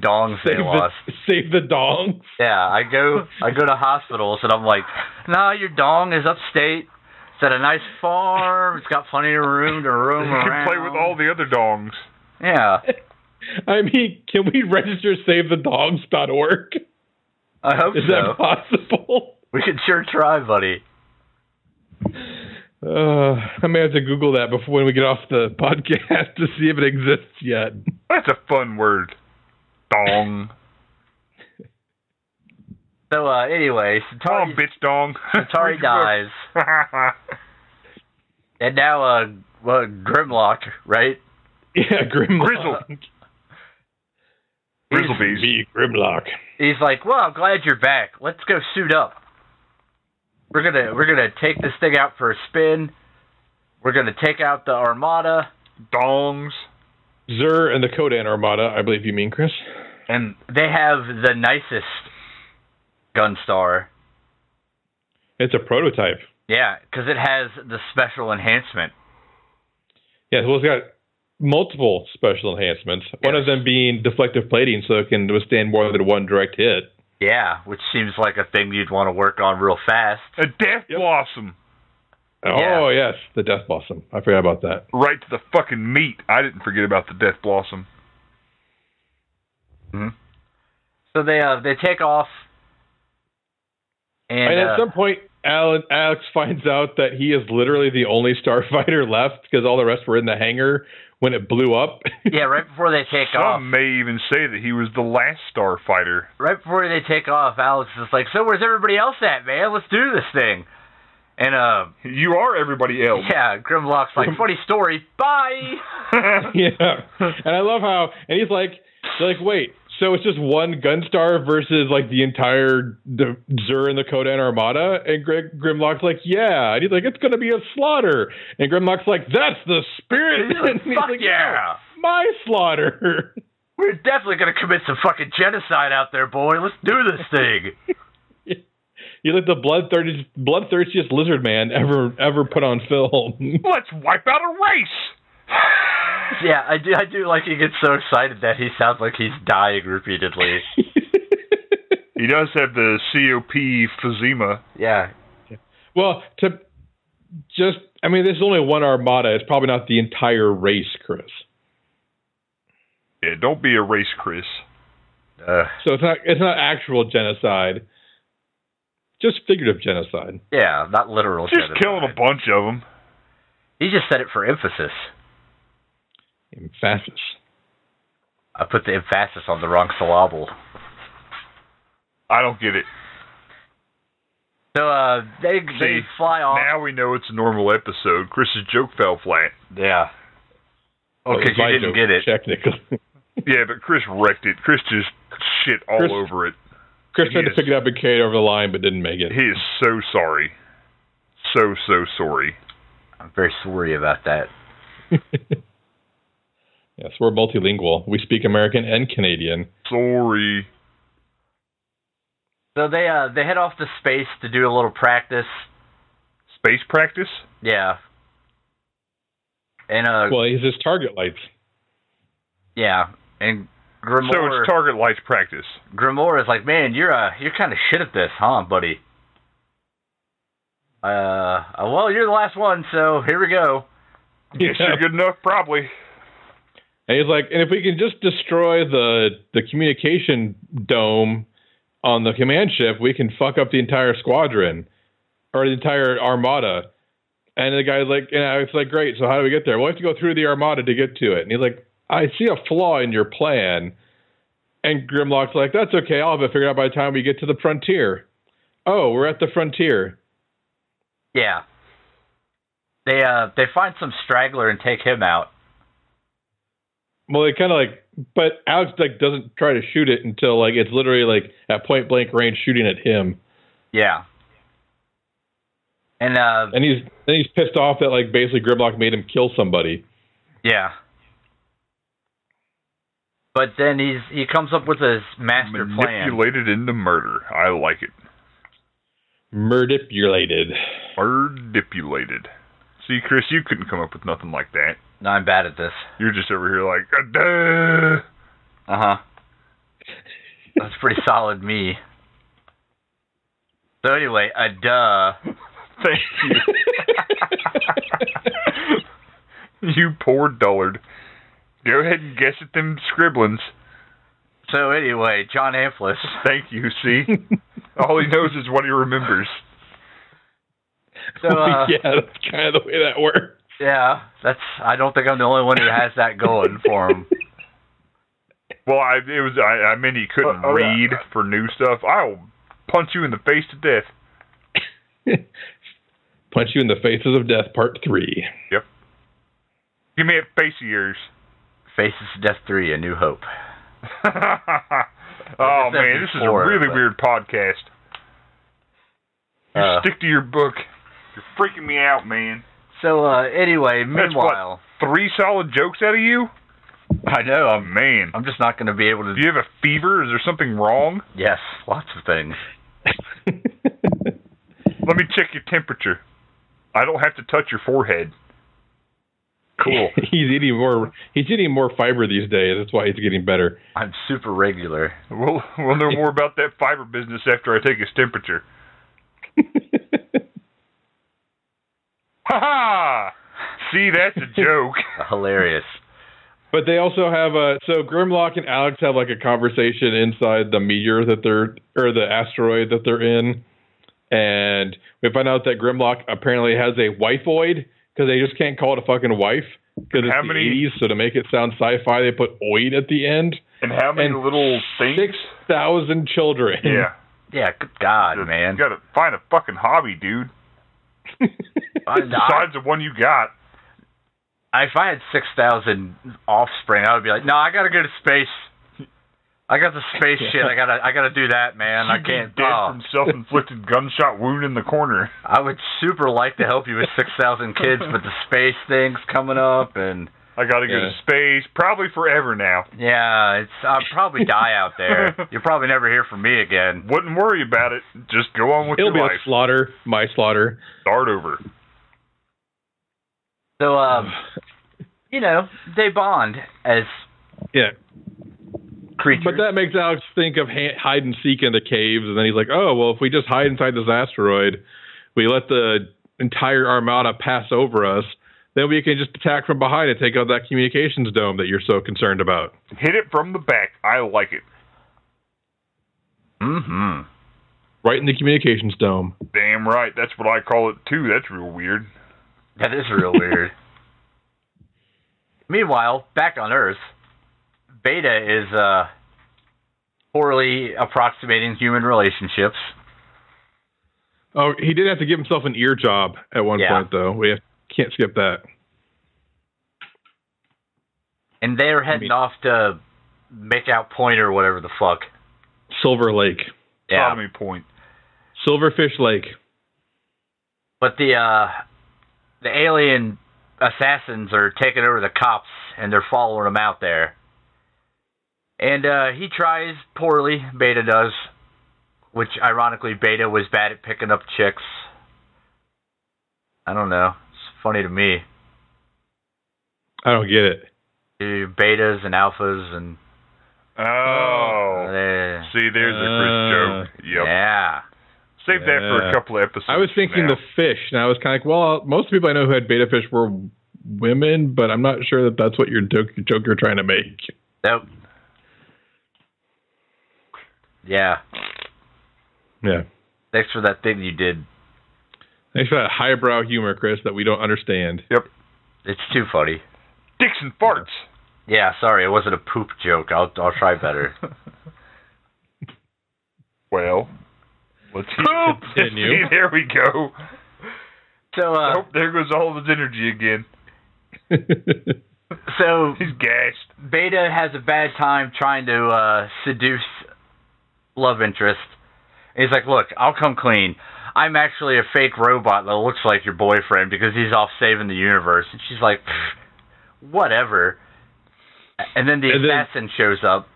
A: dongs they
C: Save the,
A: lost.
C: save the dongs.
A: Yeah, I go I go to hospitals and I'm like, nah, your dong is upstate. It's at a nice farm. It's got plenty of room to roam
B: you
A: around.
B: can play with all the other dongs.
A: Yeah,
C: I mean, can we register savethedongs.org?
A: I hope
C: Is
A: so.
C: that possible?
A: We could sure try, buddy.
C: Uh, I may have to Google that before when we get off the podcast to see if it exists yet.
B: That's a fun word. Dong.
A: So uh, anyway,
B: Oh,
A: Centauri,
B: bitch dong.
A: Centauri dies, and now uh, well, Grimlock, right?
C: Yeah, Grimlock.
B: Grizzle. Grizzlebees.
C: Me, Grimlock.
A: he's like, "Well, I'm glad you're back. Let's go suit up. We're gonna we're gonna take this thing out for a spin. We're gonna take out the Armada.
B: Dongs.
C: Zur and the Codan Armada, I believe you mean, Chris.
A: And they have the nicest Gunstar.
C: It's a prototype.
A: Yeah, because it has the special enhancement.
C: Yeah, well, it's got multiple special enhancements. One
A: Yes.
C: of them being deflective plating, so it can withstand more than one direct hit.
A: Yeah, which seems like a thing you'd want to work on real fast.
B: A death
C: Yep.
B: blossom.
C: Oh yes, the Death Blossom. I forgot about that.
B: Right to the fucking meat. I didn't forget about the death blossom.
A: Mm-hmm. So they uh, they take off. And,
C: And,
A: uh,
C: at some point, Alan, Alex finds out that he is literally the only starfighter left because all the rest were in the hangar when it blew up.
A: yeah, right before they take
B: Some
A: off,
B: may even say that he was the last starfighter.
A: right before they take off, Alex is like, "So where's everybody else at, man? Let's do this thing." And uh,
B: You are everybody else.
A: yeah, Grimlock's like, "Funny story, bye."
C: yeah, and I love how and he's like, they're like, wait, so it's just one Gunstar versus like the entire the Zur and the Codan Armada, and Greg Grimlock's like, yeah, and he's like, it's gonna be a slaughter, and Grimlock's like, that's the spirit, and he's
A: Fuck
C: like,
A: yeah,
C: "No, my slaughter.
A: we're definitely gonna commit some fucking genocide out there, boy. Let's do this thing.
C: You're like the bloodthirstiest, bloodthirstiest lizard man ever ever put on film.
B: Let's wipe out a race.
A: yeah, I do. I do like he gets so excited that he sounds like he's dying repeatedly.
B: he does have the COP physema.
A: Yeah,
C: well, to just, I mean, there's only one armada. It's probably not the entire race, Chris.
B: Yeah, don't be a race, Chris.
A: uh,
C: So it's not it's not actual genocide, just figurative genocide.
A: yeah, not literal.
B: Just
A: genocide.
B: killing a bunch of them.
A: He just said it for emphasis.
C: Emphasis.
A: I put the emphasis on the wrong syllable.
B: I don't get it.
A: So uh, they they
B: See,
A: fly off.
B: Now we know it's a normal episode. Chris's joke fell flat.
A: Yeah. Oh,
C: That was
A: because you
C: my
A: didn't
C: joke,
A: get it.
C: Technically.
B: Yeah, but Chris wrecked it. Chris just shit all
C: Chris-
B: over it.
C: Chris tried to
B: Yes.
C: pick it up and carry it over the line, but didn't make it.
B: He is so sorry. So, so sorry.
A: I'm very sorry about that.
C: yes, we're multilingual. We speak American and Canadian.
B: Sorry.
A: So they uh they head off to space to do a little practice.
B: Space practice?
A: Yeah. And uh
C: Well, he's his target lights.
A: yeah, and Grimoire,
B: So it's target lights practice.
A: Grimoire is like, man, you're uh, you're kind of shit at this, huh, buddy? Uh, uh, well, you're the last one, so here we go.
B: Yes,
C: Yeah.
B: you're good enough, probably.
C: And he's like, and if we can just destroy the the communication dome on the command ship, we can fuck up the entire squadron or the entire armada. And the guy's like, and I was like, great. So how do we get there? Well, we have to go through the armada to get to it. And he's like, I see a flaw in your plan. And Grimlock's like, that's okay. I'll have it figured out by the time we get to the frontier. Oh, we're at the frontier.
A: Yeah. They uh they find some straggler and take him out.
C: Well, they kind of like, but Alex like doesn't try to shoot it until like it's literally like at point blank range shooting at him.
A: Yeah. And uh
C: And he's then he's pissed off that like basically Grimlock made him kill somebody.
A: yeah. But then he's he comes up with his master plan.
B: Manipulated into murder. I like it.
C: Murdipulated.
B: Manipulated. See, Chris, you couldn't come up with nothing like that.
A: No, I'm bad at this.
B: You're just over here like, "Ah, duh."
A: Uh huh. That's pretty solid me. So anyway, a duh.
B: thank you. you poor dullard. Go ahead and guess at them scribblings.
A: So anyway, John Amplis.
B: Thank you, see? All he knows is what he remembers.
A: So uh,
C: yeah, that's kind of the way that works.
A: yeah, that's. I don't think I'm the only one who has that going for him.
B: Well, I it was I, I meant he couldn't
A: Oh, oh, yeah.
B: read for new stuff. I'll punch you in the face to death.
C: Punch you in the faces of death, part three.
B: Give me a face of yours.
A: Faces of Death 3, A New Hope.
B: oh
A: said
B: man, this is a
A: before,
B: really
A: but-
B: weird podcast. You
A: Uh,
B: stick to your book. You're freaking me out, man.
A: So, uh, anyway,
B: That's what-
A: meanwhile.
B: Three solid jokes out of you?
A: I know, I'm,
B: Man.
A: I'm just not going to be able to.
B: Do you have a fever? Is there something wrong?
A: Yes, lots of things.
B: Let me check your temperature. I don't have to touch your forehead. Cool.
C: he's eating more. He's eating more fiber these days. That's why he's getting better.
A: I'm super regular.
B: we'll we'll know more about that fiber business after I take his temperature. Ha ha! See, that's a joke.
A: Hilarious.
C: But they also have a so Grimlock and Alex have like a conversation inside the meteor that they're or the asteroid that they're in, and we find out that Grimlock apparently has a wifeoid because they just can't call it a fucking wife because it's
B: How
C: the
B: many-
C: 80s. So to make it sound sci-fi, they put oid at the end.
B: And how many
C: And
B: little things?
C: Six thousand children.
B: Yeah.
A: Yeah, good God, man.
B: You gotta find a fucking hobby, dude.
A: I, I,
B: Besides the one you got.
A: if I had 6,000 offspring, I would be like, no, I got to go to space. I got the space shit. I gotta, I gotta do that, man. I
B: You'd be
A: can't.
B: Dead
A: Oh,
B: from self-inflicted gunshot wound in the corner.
A: I would super like to help you with six thousand kids, but the space thing's coming up, and
B: I gotta go to
C: Yeah.
B: space, probably forever now.
A: yeah, it's I'll probably die out there. You'll probably never hear from me again.
B: Wouldn't worry about it. Just go on with
C: It'll
B: your
C: be
B: life.
C: a slaughter, my slaughter.
B: Start over.
A: So, um, you know, they bond as
C: Yeah,
A: creatures.
C: but that makes Alex think of ha- hide and seek in the caves, and then he's like, "Oh, well, if we just hide inside this asteroid, we let the entire armada pass over us, then we can just attack from behind and take out that communications dome that you're so concerned about."
B: Hit it from the back. I like it.
A: hmm
C: Right in the communications dome.
B: Damn right. That's what I call it too. That's real weird.
A: That is real weird. Meanwhile, back on Earth, Beta is uh, poorly approximating human relationships.
C: Oh, he did have to give himself an ear job at one
A: Yeah.
C: point, though. We have, can't skip that.
A: And they're heading
C: mean-
A: off to make out point or whatever the fuck.
C: Silver Lake,
A: Yeah.
B: Sodomy point.
C: Silverfish Lake.
A: But the uh, the alien assassins are taking over the cops and they're following them out there. And uh, he tries poorly, Beta does, which ironically Beta was bad at picking up chicks. I don't know. It's funny to me.
C: I don't get it.
A: Do Betas and alphas and
B: Oh.
A: Uh,
B: See, there's a Chris joke. Yep.
A: Yeah.
B: Save that for
C: Uh, Yeah.
B: a couple of episodes.
C: I was thinking
B: now.
C: the fish, and I was kind of like, well, most people I know who had beta fish were women, but I'm not sure that that's what your joke, your joke you're trying to make.
A: Nope. Yeah.
C: Yeah.
A: Thanks for that thing you did.
C: Thanks for that highbrow humor, Chris, that we don't understand.
A: It's too funny.
B: dicks and farts.
A: Yeah, sorry, it wasn't a poop joke. I'll I'll try better.
B: Well, let's
A: Poop!
C: Continue.
B: See, there we go.
A: So uh,
B: oh, there goes all of his energy again.
A: so
B: He's gassed.
A: Beta has a bad time trying to uh, seduce love interest. And he's like, "Look, I'll come clean. I'm actually a fake robot that looks like your boyfriend because he's off saving the universe." And she's like, "Pfft, "Whatever." And then the
C: And then-
A: assassin shows up.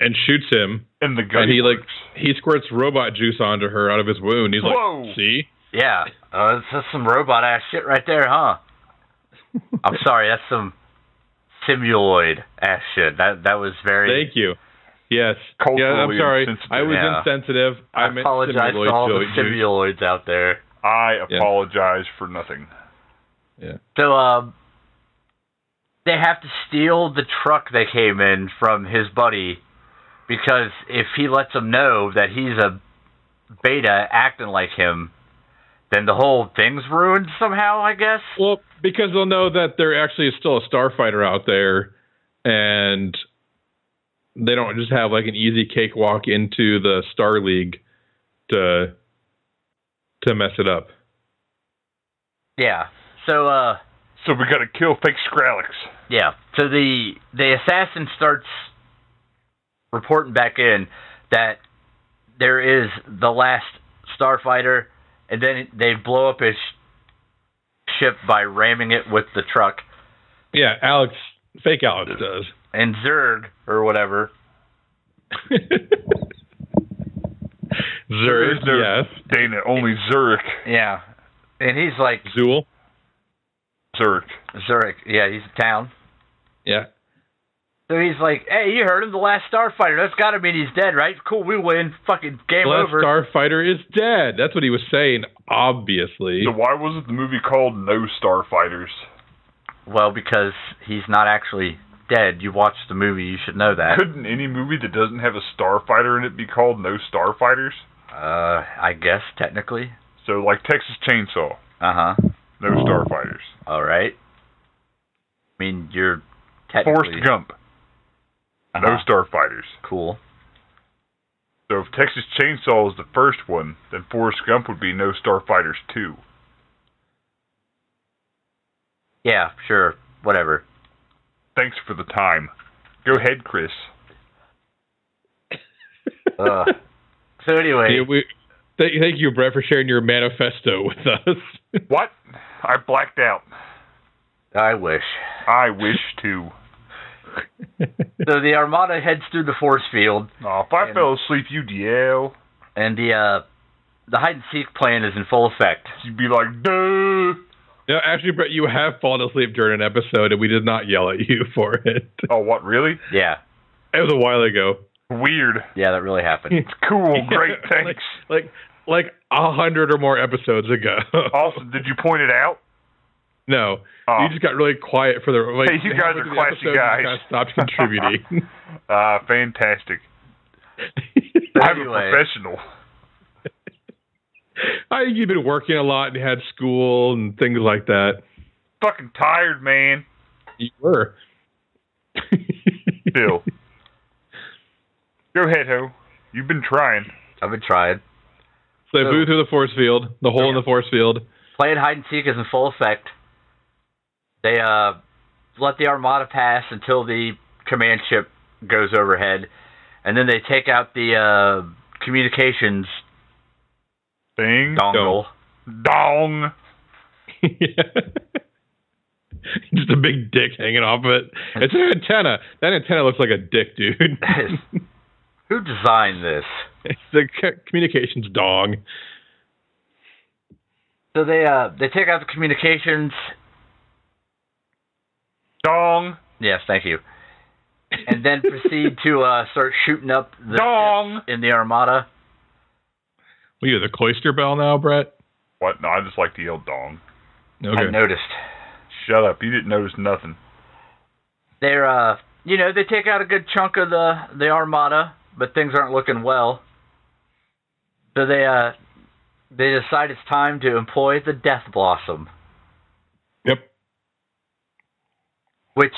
C: and shoots him,
B: And the gun.
C: and he like
B: works.
C: he squirts robot juice onto her out of his wound. He's like,
B: Whoa.
C: see,
A: Yeah, uh, that's, that's some robot ass shit right there, huh? I'm sorry, that's some simuloid ass shit. That that was very.
C: thank you. Yes. yeah, I'm
B: Culturally
C: sorry.
B: insensitive.
C: I was
A: Yeah.
C: insensitive. I,
A: I
C: meant
A: apologize to
C: simuloid
A: all the
C: joy- juice.
A: simuloids out there.
B: I
C: Yeah.
B: apologize for nothing.
A: So um, they have to steal the truck they came in from his buddy because if he lets them know that he's a beta acting like him, then the whole thing's ruined somehow. I guess.
C: Well, because they'll know that there actually is still a starfighter out there, and they don't just have like an easy cakewalk into the Star League to to mess it up.
A: Yeah. So uh,
B: So we gotta kill fake Skrillex.
A: yeah. So the the assassin starts reporting back in that there is the last starfighter, and then they blow up his ship by ramming it with the truck.
C: Yeah, Alex, fake Alex does.
A: and Zerg or whatever.
C: Zurg,
B: There's no
C: yes.
B: Dana, only Zurich.
A: Yeah. And he's like
C: Zool,
B: Zurich.
A: Zurich. Yeah, he's a town.
C: yeah.
A: So he's like, "Hey, you heard him? The last Starfighter. That's got to mean he's dead, right? Cool, we win. Fucking game
C: Last
A: over."
C: Starfighter is dead. That's what he was saying, obviously.
B: So why wasn't the movie called No Starfighters?
A: well, because he's not actually dead. You watched the movie, you should know that.
B: Couldn't any movie that doesn't have a starfighter in it be called No Starfighters?
A: Uh, I guess technically.
B: So like Texas Chainsaw,
A: Uh huh.
B: No Starfighters.
A: All right. I mean, you're technically
B: Forrest Gump, No
A: Uh-huh.
B: Starfighters.
A: cool.
B: So if Texas Chainsaw is the first one, then Forrest Gump would be No Starfighters 2.
A: Yeah, sure, whatever.
B: Thanks for the time. Go ahead, Chris.
A: Ugh. so anyway,
C: Yeah, we, th- thank you, Brett, for sharing your manifesto with us.
B: What? I blacked out.
A: I wish.
B: I wish to.
A: So the Armada heads through the force field.
B: Aw, if I
A: And-
B: fell asleep, you'd yell.
A: and the uh, the hide and seek plan is in full effect.
B: You'd be like, duh.
C: no, actually, Brett, you have fallen asleep during an episode, and we did not yell at you for it.
B: Oh, what, really?
A: Yeah,
C: It was a while ago.
B: Weird.
A: yeah, that really happened.
B: It's cool. Oh, Great,
C: Yeah,
B: thanks.
C: Like, like a hundred or more episodes ago.
B: awesome. Did you point it out?
C: no,
B: Oh,
C: you just got really quiet for the. Like,
B: Hey, you guys
C: halfway
B: are
C: through the
B: classy
C: episode, you
B: guys.
C: kinda stopped contributing.
B: uh, fantastic. I'm a
A: Anyway.
B: professional.
C: I think you've been working a lot and had school and things like that.
B: Fucking tired, man.
C: You were.
B: Bill. Go ahead, Ho. You've been trying.
A: I've been trying.
C: So they flew through the force field, the hole in the force field.
A: Playing hide and seek is in full effect. They uh, let the Armada pass until the command ship goes overhead, and then they take out the uh, communications
B: Thing.
A: dongle.
B: Dong.
C: Just a big dick hanging off it. It's an antenna. That antenna looks like a dick, dude.
A: Who designed this?
C: it's the c- communications dong.
A: So they uh, they take out the communications.
B: Dong.
A: Yes, thank you. and then proceed to uh, start shooting up the
B: Dong.
A: ships in the Armada.
C: We do the cloister bell now, Brett.
B: What? No, I just like to yell dong.
A: I
C: Okay.
A: noticed
B: Shut up. You didn't notice nothing.
A: they're uh, you know, they take out a good chunk of the the Armada, but things aren't looking well. So they uh, they decide it's time to employ the Death Blossom.
C: Yep.
A: which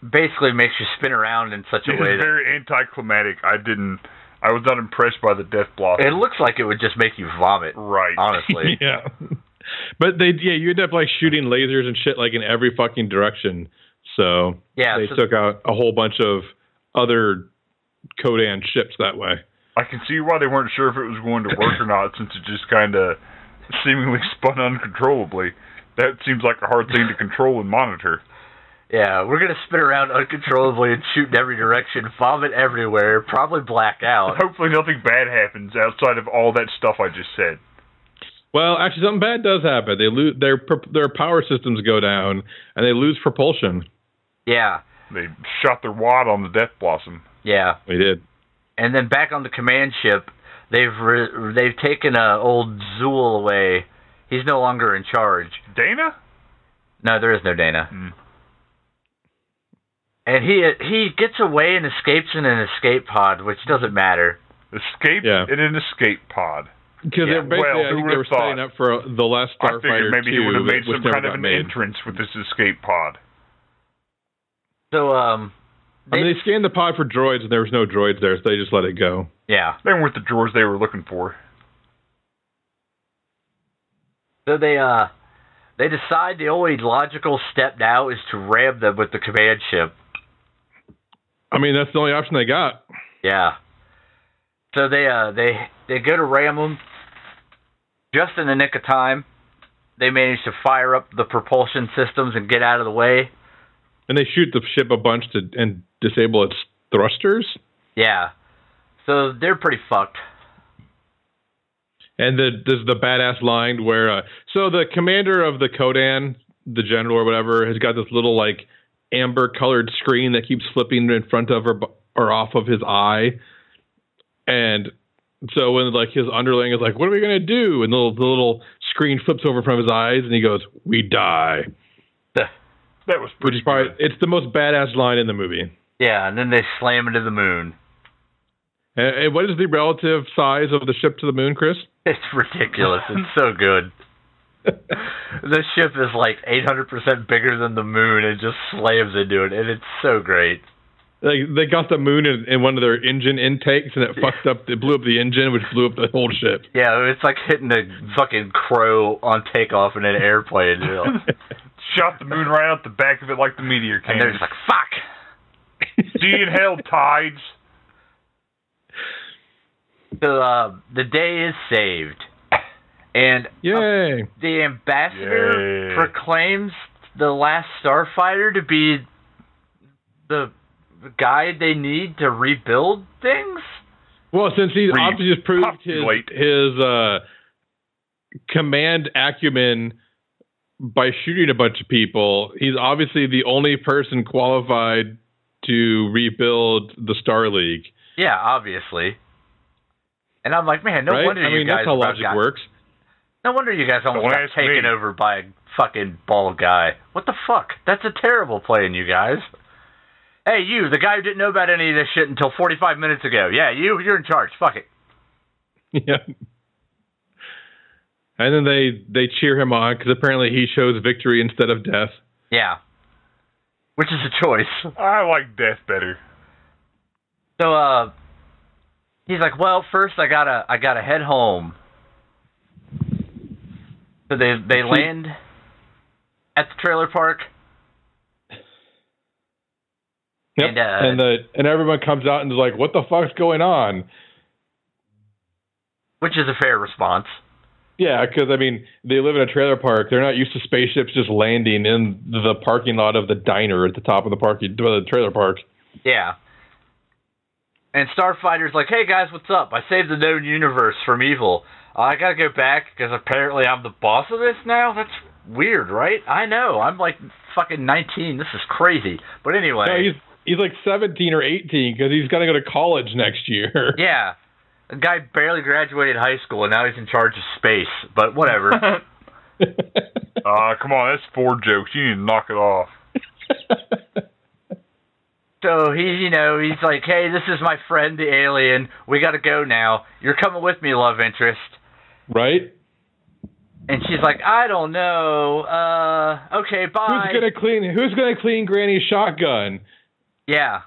A: basically makes you spin around in such a
B: It's
A: way that
B: very anticlimactic. I didn't. I was not impressed by the death blossom.
A: it looks like it would just make you vomit.
B: right.
A: Honestly,
C: yeah. But they yeah, you end up like shooting lasers and shit like in every fucking direction. So
A: yeah.
C: they
A: so
C: took out a whole bunch of other Kodan ships that way.
B: I can see why they weren't sure if it was going to work or not, since it just kind of seemingly spun uncontrollably. That seems like a hard thing to control and monitor.
A: yeah, we're gonna spin around uncontrollably and shoot in every direction, vomit everywhere, probably black out.
B: Hopefully, nothing bad happens outside of all that stuff I just said.
C: Well, actually, something bad does happen. They lose their pro- their power systems go down and they lose propulsion.
A: Yeah,
B: They shot their wad on the death blossom.
A: yeah.
C: They did.
A: And then back on the command ship, they've re- they've taken uh, old Zool away. He's no longer in charge.
B: Dana?
A: No, there is no Dana.
B: Hmm.
A: And he he gets away and escapes in an escape pod, which doesn't matter.
B: Escape
C: Yeah.
B: in an escape pod.
A: Yeah,
C: Because they're basically,
B: well,
C: I
B: who
C: think
B: would've
C: they were
B: thought?
C: setting up for uh, the last
B: I
C: Starfighter
B: figured maybe he would have
C: 2,
B: made
C: which
B: some
C: never
B: kind of
C: got
B: an
C: made.
B: entrance with this escape pod.
A: So um,
C: I
A: they,
C: mean, they scanned the pod for droids, and there was no droids there, so they just let it go.
A: yeah.
B: They weren't the drawers they were looking for.
A: So they uh, they decide the only logical step now is to ram them with the command ship.
C: I mean, that's the only option they got.
A: Yeah. So they uh they they go to ram them. Just in the nick of time, they manage to fire up the propulsion systems and get out of the way.
C: And they shoot the ship a bunch to and disable its thrusters.
A: Yeah. So they're pretty fucked.
C: And the, there's the badass line where uh, so the commander of the Kodan, the general or whatever, has got this little like amber colored screen that keeps flipping in front of or bu- or off of his eye, and so when like his underling is like, "What are we gonna do?" and the, little- the little screen flips over in front of his eyes, and he goes, "We die,"
B: That was
C: which
B: pretty
C: is probably
B: good.
C: it's the most badass line in the movie.
A: Yeah, and then they slam into the moon.
C: And, and what is the relative size of the ship to the moon, Chris?
A: It's ridiculous. it's so good. the ship is like 800% bigger than the moon and just slams into it, and it's so great.
C: Like they got the moon in, in one of their engine intakes, and it fucked up. It blew up the engine, which blew up the whole ship.
A: Yeah, it's like hitting a fucking crow on takeoff in an airplane. You know?
B: Shot the moon right out the back of it like the meteor
A: and they're
B: cannon.
A: just like, fuck!
B: See you in hell, tides.
A: So uh, the day is saved. And
C: Yay!
A: the ambassador
B: Yay.
A: proclaims the last starfighter to be the guy they need to rebuild things?
C: Well, since he's obviously just proved his
B: repopulate.
C: his uh, command acumen by shooting a bunch of people, he's obviously the only person qualified to rebuild the Star League.
A: Yeah, obviously. And I'm like, man, no
C: right?
A: wonder
C: I
A: you
C: mean,
A: guys
C: that's how
A: about
C: logic
A: got-
C: works.
A: No wonder you guys almost
B: Don't
A: got
B: ask
A: taken
B: me.
A: over by a fucking bald guy. What the fuck? That's a terrible plan, you guys. Hey, you, the guy who didn't know about any of this shit until 45 minutes ago. Yeah, you, you're in charge. Fuck it.
C: yeah. And then they they cheer him on because apparently he chose victory instead of death.
A: Yeah. Which is a choice.
B: I like death better.
A: So, uh, he's like, well, first I gotta, I gotta head home. So they, they land at the trailer park.
C: Yep.
A: And,
C: And,
A: uh,
C: the and everyone comes out and is like, "What the fuck's going on?"
A: Which is a fair response.
C: Yeah, because I mean, they live in a trailer park. They're not used to spaceships just landing in the parking lot of the diner at the top of the parking uh, the trailer park.
A: Yeah. And Starfighter's like, hey guys, what's up? I saved the known universe from evil. Uh, I gotta go back because apparently I'm the boss of this now? That's weird, right? I know. I'm like fucking 19. This is crazy. But anyway,
C: No, he's he's like 17 or 18 because he's gonna go to college next year.
A: Yeah. A guy barely graduated high school and now he's in charge of space, but whatever.
B: Ah, Uh, come on, that's four jokes. You need to knock it off.
A: so he, you know, he's like, hey, this is my friend, the alien. We got to go now. You're coming with me, love interest.
C: right?
A: And she's like, I don't know. Uh, okay, bye.
C: Who's gonna clean? Who's gonna clean Granny's shotgun?
A: Yeah.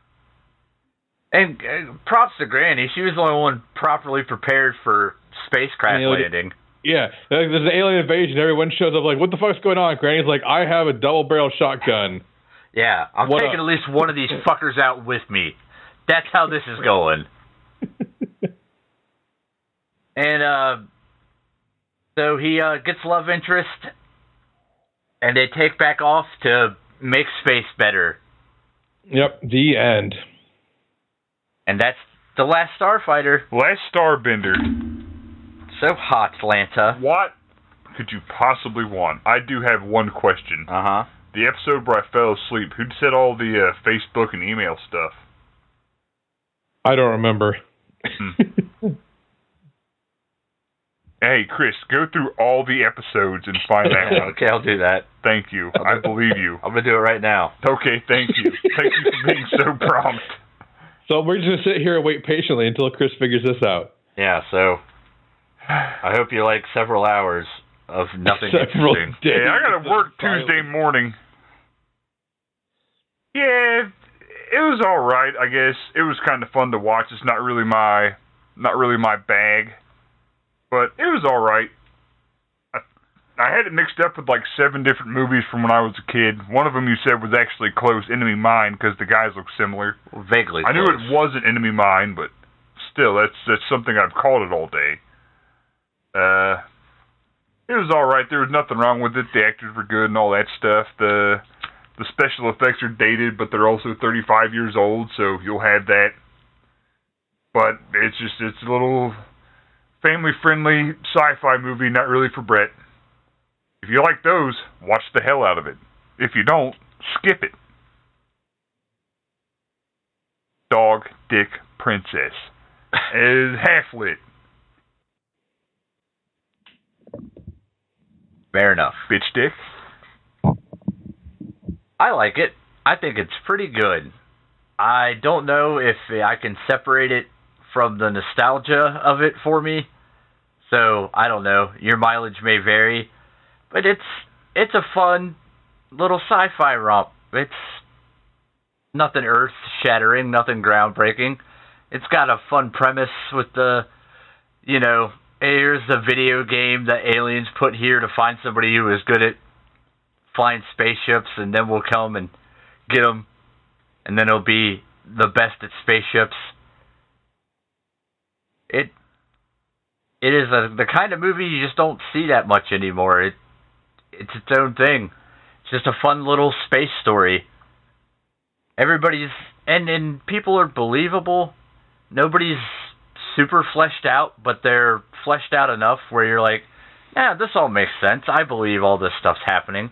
A: And uh, props to Granny. She was the only one properly prepared for spacecraft
C: Yeah, like-
A: landing.
C: Yeah, like, there's an alien invasion. Everyone shows up like, what the fuck's going on? Granny's like, I have a double barrel shotgun.
A: Yeah, I'm
C: What
A: taking
C: a-
A: at least one of these fuckers out with me. That's how this is going. and uh, so he uh, gets love interest, and they take back off to make space better.
C: Yep, the end.
A: And that's the last Starfighter.
B: Last Starbender.
A: So hot, Lanta.
B: What could you possibly want? I do have one question.
A: Uh huh.
B: The episode where I fell asleep, who'd said all the uh, Facebook and email stuff?
C: I don't remember.
B: Hey, Chris, go through all the episodes and find that one.
A: okay, I'll do that.
B: Thank you. I believe you.
A: I'm gonna do it right now.
B: Okay, thank you. Thank you for being so prompt.
C: so we're just gonna sit here and wait patiently until Chris figures this out.
A: Yeah. So I hope you like several hours of nothing
C: Several
A: interesting.
C: days
B: Hey, I gotta
C: of
B: work
C: silence.
B: Tuesday morning. Yeah, it was all right. I guess it was kind of fun to watch. It's not really my, not really my bag, but it was all right. I, I had it mixed up with like seven different movies from when I was a kid. One of them you said was actually close, Enemy Mine, because the guys look similar.
A: Vaguely.
B: I knew
A: close.
B: it wasn't Enemy Mine, but still, that's that's something I've called it all day. Uh, it was all right. There was nothing wrong with it. The actors were good and all that stuff. The the special effects are dated, but they're also 35 years old, so you'll have that. But it's just it's a little family friendly sci-fi movie, not really for Brett. If you like those, watch the hell out of it. If you don't, skip it. Dog Dick Princess is half lit,
A: Fair enough.
B: bitch dick.
A: I like it. I think it's pretty good. I don't know if I can separate it from the nostalgia of it for me. So, I don't know. Your mileage may vary, but it's it's a fun little sci-fi romp. It's nothing earth-shattering, nothing groundbreaking. It's got a fun premise with the you know, here's the video game that aliens put here to find somebody who is good at flying spaceships, and then we'll come and get them, and then it'll be the best at spaceships. It it is a, the kind of movie you just don't see that much anymore. It it's its own thing. It's just a fun little space story. Everybody's and and people are believable. Nobody's super fleshed out, but they're fleshed out enough where you're like, yeah, this all makes sense. I believe all this stuff's happening.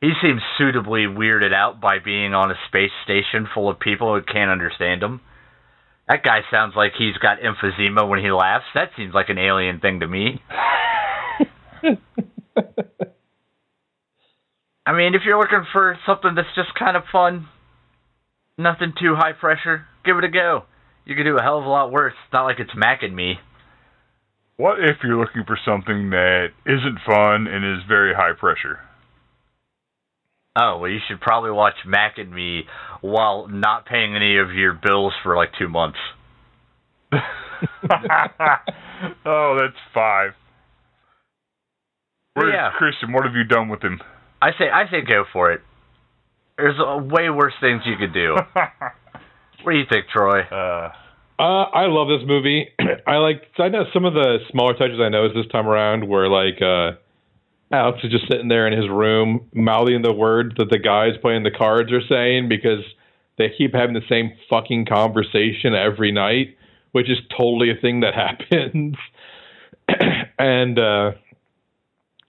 A: He seems suitably weirded out by being on a space station full of people who can't understand him. That guy sounds like he's got emphysema when he laughs. That seems like an alien thing to me. I mean, if you're looking for something that's just kind of fun, nothing too high pressure, give it a go. You could do a hell of a lot worse. It's not like it's Mac and me.
B: What if you're looking for something that isn't fun and is very high pressure?
A: Oh, well, you should probably watch Mac and Me while not paying any of your bills for like two months.
B: oh, that's five. Where's
A: Yeah.
B: Christian? What have you done with him?
A: I say, I say, go for it. There's uh, way worse things you could do. what do you think, Troy?
B: uh,
C: Uh, I love this movie. I like. I know some of the smaller touches I noticed this time around were like uh, Alex is just sitting there in his room mouthing the words that the guys playing the cards are saying because they keep having the same fucking conversation every night, which is totally a thing that happens. and uh,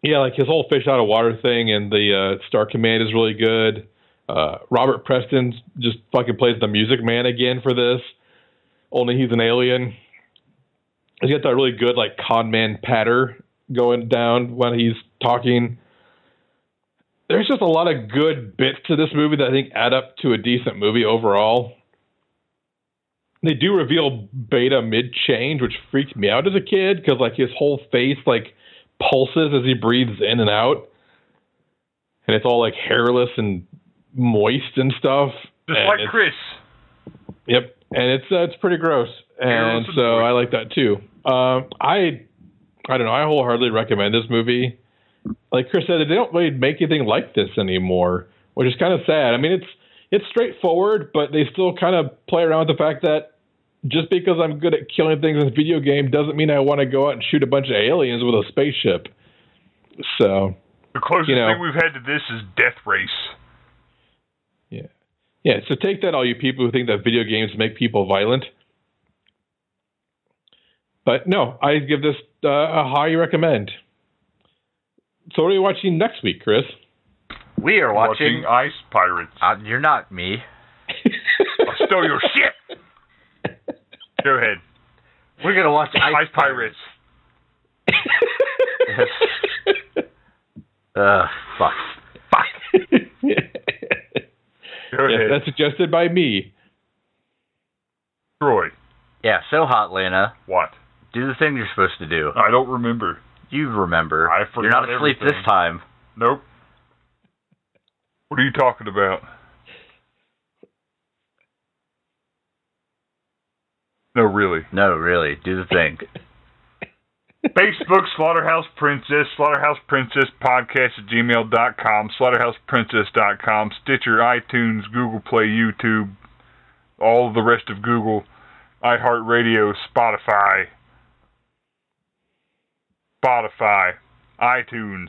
C: yeah, like his whole fish out of water thing and the uh, Star Command is really good. Uh, Robert Preston just fucking plays the Music Man again for this, only he's an alien. He's got that really good like con man patter going down when he's talking. There's just a lot of good bits to this movie that I think add up to a decent movie overall. They do reveal Beta mid change, which freaked me out as a kid because like his whole face like pulses as he breathes in and out, and it's all like hairless and moist and stuff.
B: Just
C: and
B: like
C: it's-
B: Chris.
C: Yep, and it's uh, it's pretty gross, and
B: Harold's
C: so
B: adorable.
C: I like that too. Um, I I don't know. I wholeheartedly recommend this movie. Like Chris said, they don't really make anything like this anymore, which is kind of sad. I mean, it's it's straightforward, but they still kind of play around with the fact that just because I'm good at killing things in a video game doesn't mean I want to go out and shoot a bunch of aliens with a spaceship. So
B: The closest
C: you know.
B: thing we've had to this is Death Race.
C: Yeah, so take that, all you people who think that video games make people violent. But no, I give this uh, a high recommend. So, what are you watching next week, Chris?
A: We are watching.
B: Ice Pirates.
A: Uh, you're not me.
B: I stole your shit. Go ahead.
A: We're gonna watch
B: Ice,
A: Ice
B: Pirates.
A: Uh, fuck.
B: Go
C: Yeah,
B: ahead.
C: that's suggested by me.
B: Troy.
A: Yeah, so hot, Lana.
B: What?
A: Do the thing you're supposed to do.
B: I don't remember.
A: You remember.
B: I
A: You're not
B: forgot
A: asleep
B: everything.
A: this time.
B: Nope. What are you talking about? No, really.
A: No, really. Do the thing.
B: Facebook Slaughterhouse Princess, Slaughterhouse Princess Podcast at gmail.com, slaughterhouseprincess.com, Stitcher, iTunes, Google Play, YouTube, all the rest of Google, iHeartRadio, Spotify, Spotify, iTunes,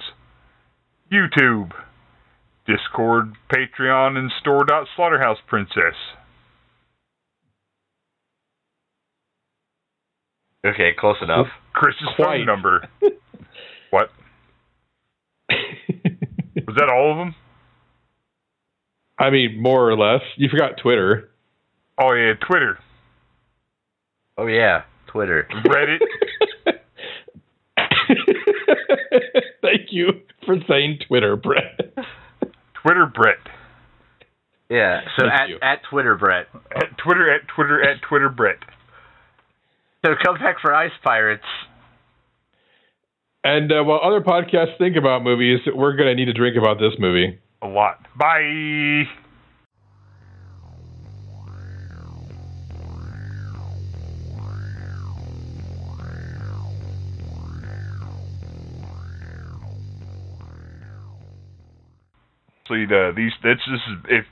B: YouTube, Discord, Patreon, and store.slaughterhouseprincess.
A: Okay, close enough.
B: Chris's
C: Quite.
B: phone number. What? Was that all of them?
C: I mean, more or less. You forgot Twitter.
B: Oh, yeah, Twitter.
A: Oh yeah, Twitter.
B: Reddit.
C: Thank you for saying Twitter, Brett.
B: Twitter Brett.
A: Yeah. So
C: Thank
A: at
C: you.
A: at Twitter, Brett.
B: At Twitter, at Twitter, at Twitter Brett.
A: So come back for Ice Pirates.
C: And uh, while other podcasts think about movies, we're going to need to drink about this movie.
B: A lot. Bye. Actually, uh, these. That's this is if